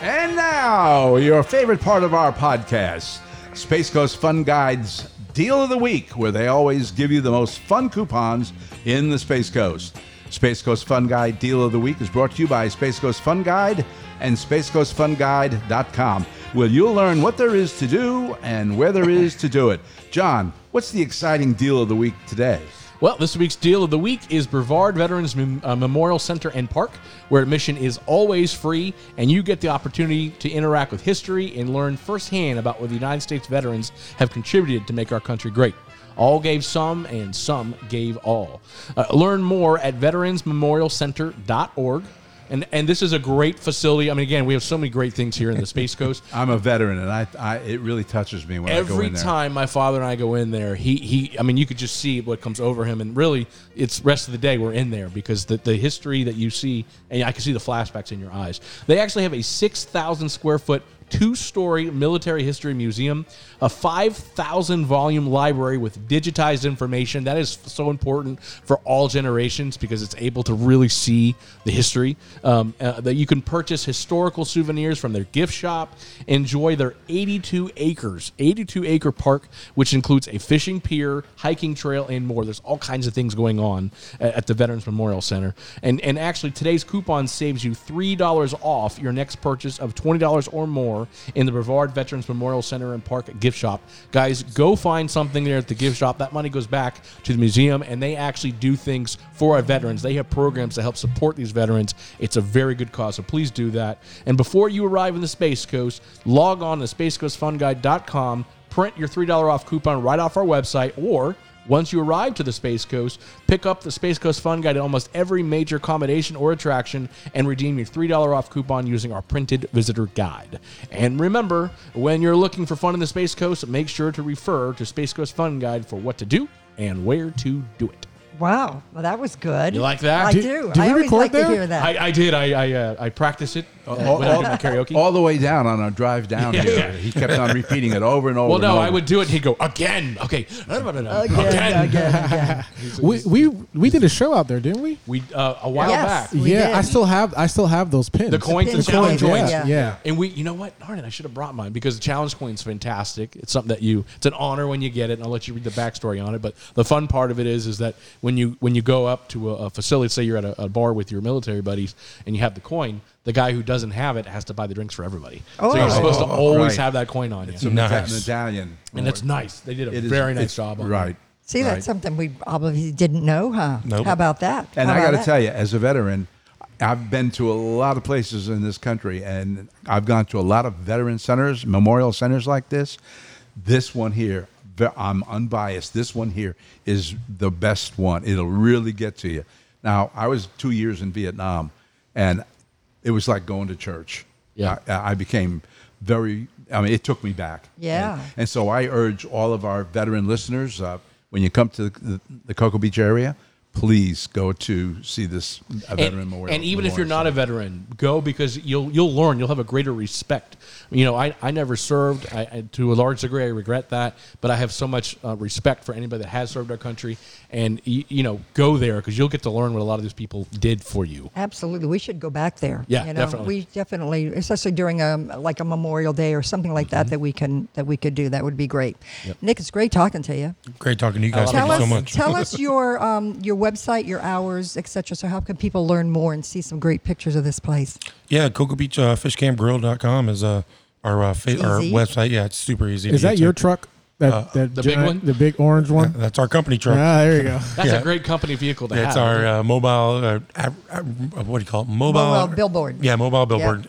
Speaker 1: And now, your favorite part of our podcast Space Coast Fun Guide's Deal of the Week, where they always give you the most fun coupons in the Space Coast. Space Coast Fun Guide Deal of the Week is brought to you by Space Coast Fun Guide and SpaceCoastFunGuide.com, where you'll learn what there is to do and where there is to do it. John, what's the exciting deal of the week today?
Speaker 4: Well, this week's deal of the week is Brevard Veterans Mem- uh, Memorial Center and Park, where admission is always free, and you get the opportunity to interact with history and learn firsthand about what the United States veterans have contributed to make our country great. All gave some, and some gave all. Uh, learn more at veteransmemorialcenter.org. And, and this is a great facility. I mean, again, we have so many great things here in the Space Coast.
Speaker 1: I'm a veteran, and I, I it really touches me when I go
Speaker 4: every
Speaker 1: in there.
Speaker 4: time my father and I go in there, he he. I mean, you could just see what comes over him, and really, it's rest of the day we're in there because the, the history that you see, and I can see the flashbacks in your eyes. They actually have a six thousand square foot. Two story military history museum, a 5,000 volume library with digitized information. That is so important for all generations because it's able to really see the history. Um, uh, that you can purchase historical souvenirs from their gift shop, enjoy their 82 acres, 82 acre park, which includes a fishing pier, hiking trail, and more. There's all kinds of things going on a- at the Veterans Memorial Center. And and actually, today's coupon saves you three dollars off your next purchase of twenty dollars or more in the Brevard Veterans Memorial Center and Park gift shop. Guys, go find something there at the gift shop. That money goes back to the museum, and they actually do things for our veterans. They have programs to help support these veterans. It's a very good cause, so please do that. And before you arrive in the Space Coast, log on to spacecoastfunguide.com, print your $3 off coupon right off our website, or once you arrive to the Space Coast, pick up the Space Coast Fun Guide at almost every major accommodation or attraction and redeem your $3 off coupon using our printed visitor guide. And remember, when you're looking for fun in the Space Coast, make sure to refer to Space Coast Fun Guide for what to do and where to do it.
Speaker 3: Wow, well, that was good.
Speaker 4: You like that?
Speaker 3: I
Speaker 4: Did-
Speaker 3: do.
Speaker 5: did
Speaker 3: I
Speaker 5: we
Speaker 3: always
Speaker 5: record
Speaker 3: like
Speaker 5: there?
Speaker 3: to hear that.
Speaker 4: I, I did. I I, uh, I practiced it uh, when I did my karaoke.
Speaker 1: all the way down on our drive down
Speaker 4: Yeah.
Speaker 1: here. He kept on repeating it over and over.
Speaker 4: well,
Speaker 1: and
Speaker 4: no,
Speaker 1: over.
Speaker 4: I would do it. He'd go again. Okay,
Speaker 3: again,
Speaker 4: again.
Speaker 3: again, again.
Speaker 5: We, we we did a show out there, didn't we?
Speaker 4: We uh, a while
Speaker 3: Yes.
Speaker 4: back.
Speaker 3: We
Speaker 5: yeah,
Speaker 3: did.
Speaker 5: I still have I still have those pins.
Speaker 4: The coins
Speaker 3: The
Speaker 4: and
Speaker 3: pins,
Speaker 4: challenge
Speaker 3: yeah.
Speaker 4: coins.
Speaker 5: Yeah.
Speaker 3: Yeah.
Speaker 4: And we, you know what? Darn it, I should have brought mine because the challenge coin's fantastic. It's something that you, it's an honor when you get it, and I'll let you read the backstory on it. But the fun part of it is, is that when you when you go up to a, a facility, say you're at a, a bar with your military buddies, and you have the coin, the guy who doesn't have it has to buy the drinks for everybody. so you're
Speaker 3: Oh.
Speaker 4: supposed to always
Speaker 1: Right.
Speaker 4: have that coin on you,
Speaker 1: It's an Ita-
Speaker 6: Nice.
Speaker 1: an Italian.
Speaker 4: and it's nice. They did a
Speaker 1: It is-
Speaker 4: very
Speaker 1: it's-
Speaker 4: nice job. on it.
Speaker 1: Right.
Speaker 3: See, that's something we obviously didn't know, huh?
Speaker 6: Nope.
Speaker 3: How about that?
Speaker 1: And
Speaker 3: How
Speaker 1: I
Speaker 3: about
Speaker 1: got to
Speaker 3: that?
Speaker 1: tell you, as a veteran, I've been to a lot of places in this country, and I've gone to a lot of veteran centers, memorial centers like this. This one here, ve- I'm unbiased. This one here is the best one. It'll really get to you. Now, I was two years in Vietnam, and it was like going to church.
Speaker 4: Yeah.
Speaker 1: I, I became very. I mean, it took me back.
Speaker 3: Yeah.
Speaker 1: And, and so I urge all of our veteran listeners, uh, when you come to the, the Cocoa Beach area, please go to see this uh, veteran
Speaker 4: and,
Speaker 1: memorial.
Speaker 4: and even if
Speaker 1: memorial
Speaker 4: you're not a veteran, go because you'll you'll learn. You'll have a greater respect. You know, I, I never served. I, I to a large degree, I regret that, but I have so much uh, respect for anybody that has served our country. And y- you know, go there because you'll get to learn what a lot of these people did for you.
Speaker 3: Absolutely, we should go back there.
Speaker 4: Yeah,
Speaker 3: you know?
Speaker 4: definitely.
Speaker 3: We definitely, especially during a like a Memorial Day or something like
Speaker 4: Mm-hmm.
Speaker 3: that, that we can that we could do. That would be great. Nick, it's great talking to you.
Speaker 6: Great talking to you guys. Thank
Speaker 3: tell
Speaker 6: you
Speaker 3: us,
Speaker 6: so much.
Speaker 3: tell us your um, your website, your hours, etc. So how can people learn more and see some great pictures of this place?
Speaker 6: Yeah, Cocoa Beach uh, FishCampGrill.com is uh, our uh, fa- our
Speaker 3: Easy.
Speaker 6: website. Yeah, it's super easy. to
Speaker 5: Is that
Speaker 6: get
Speaker 5: your
Speaker 6: to.
Speaker 5: truck? That,
Speaker 4: Uh,
Speaker 5: that
Speaker 4: the big
Speaker 5: giant-
Speaker 4: one?
Speaker 5: the big orange one.
Speaker 6: That's our company truck.
Speaker 5: Ah, there you go.
Speaker 4: That's
Speaker 6: Yeah.
Speaker 4: a great company vehicle to have.
Speaker 6: It's our uh, mobile. Uh, av- av- what do you call it? Mobile,
Speaker 3: Mobile billboard.
Speaker 6: Yeah, mobile billboard.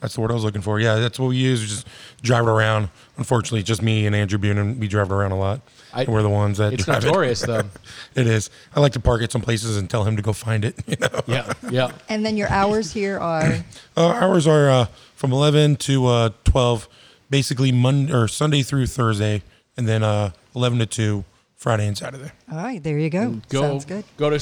Speaker 6: That's the word I was looking for. Yeah, that's what we use. We just drive it around. Unfortunately, it's just me and Andrew Bunin. We drive it around a lot.
Speaker 4: I-
Speaker 6: We're the ones that
Speaker 4: It's
Speaker 6: drive it.
Speaker 4: notorious though.
Speaker 6: It is. I like to park at some places and tell him to go find it. You know?
Speaker 4: yeah, yeah.
Speaker 3: And then your hours here are
Speaker 6: Uh, hours are uh, from 11 to uh, 12, basically Monday or Sunday through Thursday, and then uh, 11 to 2 Friday and Saturday.
Speaker 3: all right. There you go.
Speaker 4: go
Speaker 3: Sounds good.
Speaker 4: go to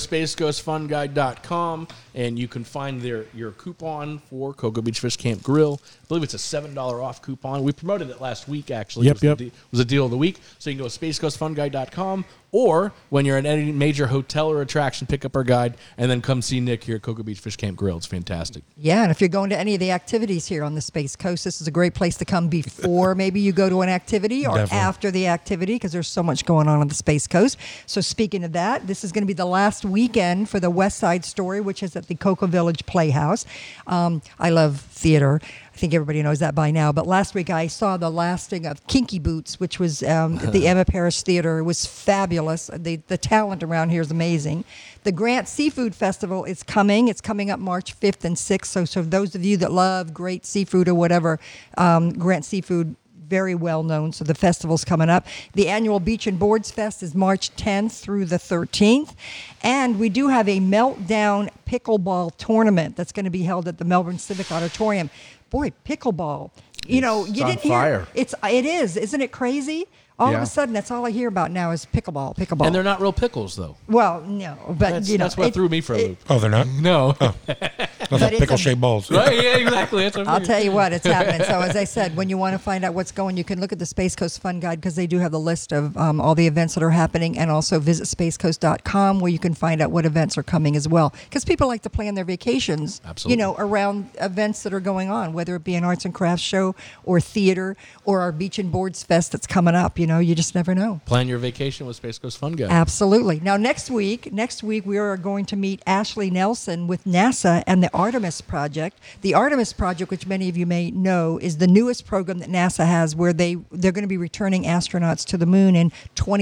Speaker 4: spaceghostfunguide.com and you can find their your coupon for Cocoa Beach Fish Camp Grill. I believe it's a seven dollar off coupon. We promoted it last week actually.
Speaker 5: Yep,
Speaker 4: it was, the
Speaker 5: yep.
Speaker 4: de- was a deal of the week. So you can go to spaceghostfunguide.com or when you're at any major hotel or attraction, pick up our guide and then come see Nick here at Cocoa Beach Fish Camp Grill. It's fantastic.
Speaker 3: Yeah, and if you're going to any of the activities here on the Space Coast, this is a great place to come before maybe you go to an activity or
Speaker 6: Definitely.
Speaker 3: after the activity because there's so much going on on the Space Coast. So, speaking of that, this is going to be the last weekend for the West Side Story, which is at the Cocoa Village Playhouse. Um, I love theater. I think everybody knows that by now. But last week I saw the lasting of Kinky Boots, which was um, at the Emma Paris Theater. It was fabulous. The, the talent around here is amazing. The Grant Seafood Festival is coming. It's coming up March 5th and 6th. So, so those of you that love great seafood or whatever, um, Grant Seafood very well known. So the festival's coming up. The annual Beach and Boards Fest is March 10th through the 13th. And we do have a Meltdown Pickleball Tournament that's going to be held at the Melbourne Civic Auditorium. Boy, pickleball. You know, you
Speaker 1: on
Speaker 3: didn't
Speaker 1: fire.
Speaker 3: hear it's it is, isn't it crazy? All of
Speaker 1: Yeah.
Speaker 3: a sudden that's all I hear about now is pickleball, pickleball.
Speaker 4: And they're not real pickles though.
Speaker 3: well, no, but
Speaker 4: That's,
Speaker 3: Uh, you know
Speaker 4: that's what
Speaker 3: it-
Speaker 4: threw me for a
Speaker 3: it-
Speaker 4: loop.
Speaker 6: Oh, they're not?
Speaker 4: No.
Speaker 6: Not
Speaker 3: But it's
Speaker 6: that
Speaker 3: a-
Speaker 6: pickle shaped balls.
Speaker 4: right, yeah, exactly. That's what I
Speaker 3: I'll
Speaker 4: figured.
Speaker 3: tell you what, it's happening. So, as I said, when you want to find out what's going, you can look at the Space Coast Fun Guide because they do have the list of um, all the events that are happening, and also visit spacecoast.com where you can find out what events are coming as well. Because people like to plan their vacations,
Speaker 4: Absolutely.
Speaker 3: you know, around events that are going on, whether it be an arts and crafts show or theater or our Beach and Boards Fest that's coming up. You know, you just never know.
Speaker 4: Plan your vacation with Space Ghost Fun Guy.
Speaker 3: Absolutely. Now next week, next week we are going to meet Ashley Nelson with NASA and the Artemis project. The Artemis project, which many of you may know, is the newest program that NASA has where they they're going to be returning astronauts to the moon in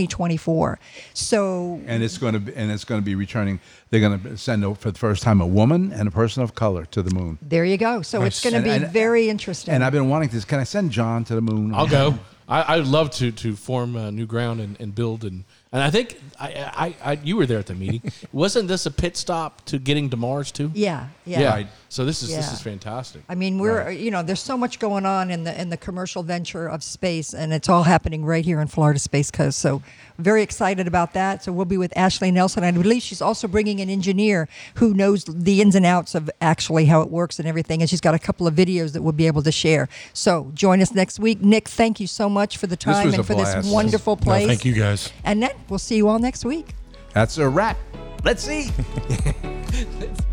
Speaker 3: 2024. So
Speaker 1: and it's going to be, and it's going to be returning. They're going to send out for the first time a woman and a person of color to the moon.
Speaker 3: there you go. So it's going to
Speaker 1: And-
Speaker 3: be
Speaker 1: and-
Speaker 3: very interesting.
Speaker 1: And I've been wanting this. Can I send John to the moon?
Speaker 4: I'll go. I, I'd love to to form uh, new ground and, and build and and I think I, I, I you were there at the meeting. Wasn't this a pit stop to getting to Mars too?
Speaker 3: yeah, yeah.
Speaker 4: Yeah. So this is this
Speaker 3: Yeah.
Speaker 4: is fantastic.
Speaker 3: I mean, we're you know, there's so much going on in the in the commercial venture of space, and it's all happening right here in Florida Space Coast. So, very excited about that. So we'll be with Ashley Nelson. I believe she's also bringing an engineer who knows the ins and outs of actually how it works and everything. And she's got a couple of videos that we'll be able to share. So join us next week, Nick. Thank you so much for the time
Speaker 1: was
Speaker 3: and
Speaker 1: a
Speaker 3: for this
Speaker 1: blast.
Speaker 3: wonderful place.
Speaker 6: thank you guys.
Speaker 3: And then we'll see you all next week.
Speaker 1: That's a wrap. Let's see.
Speaker 4: Let's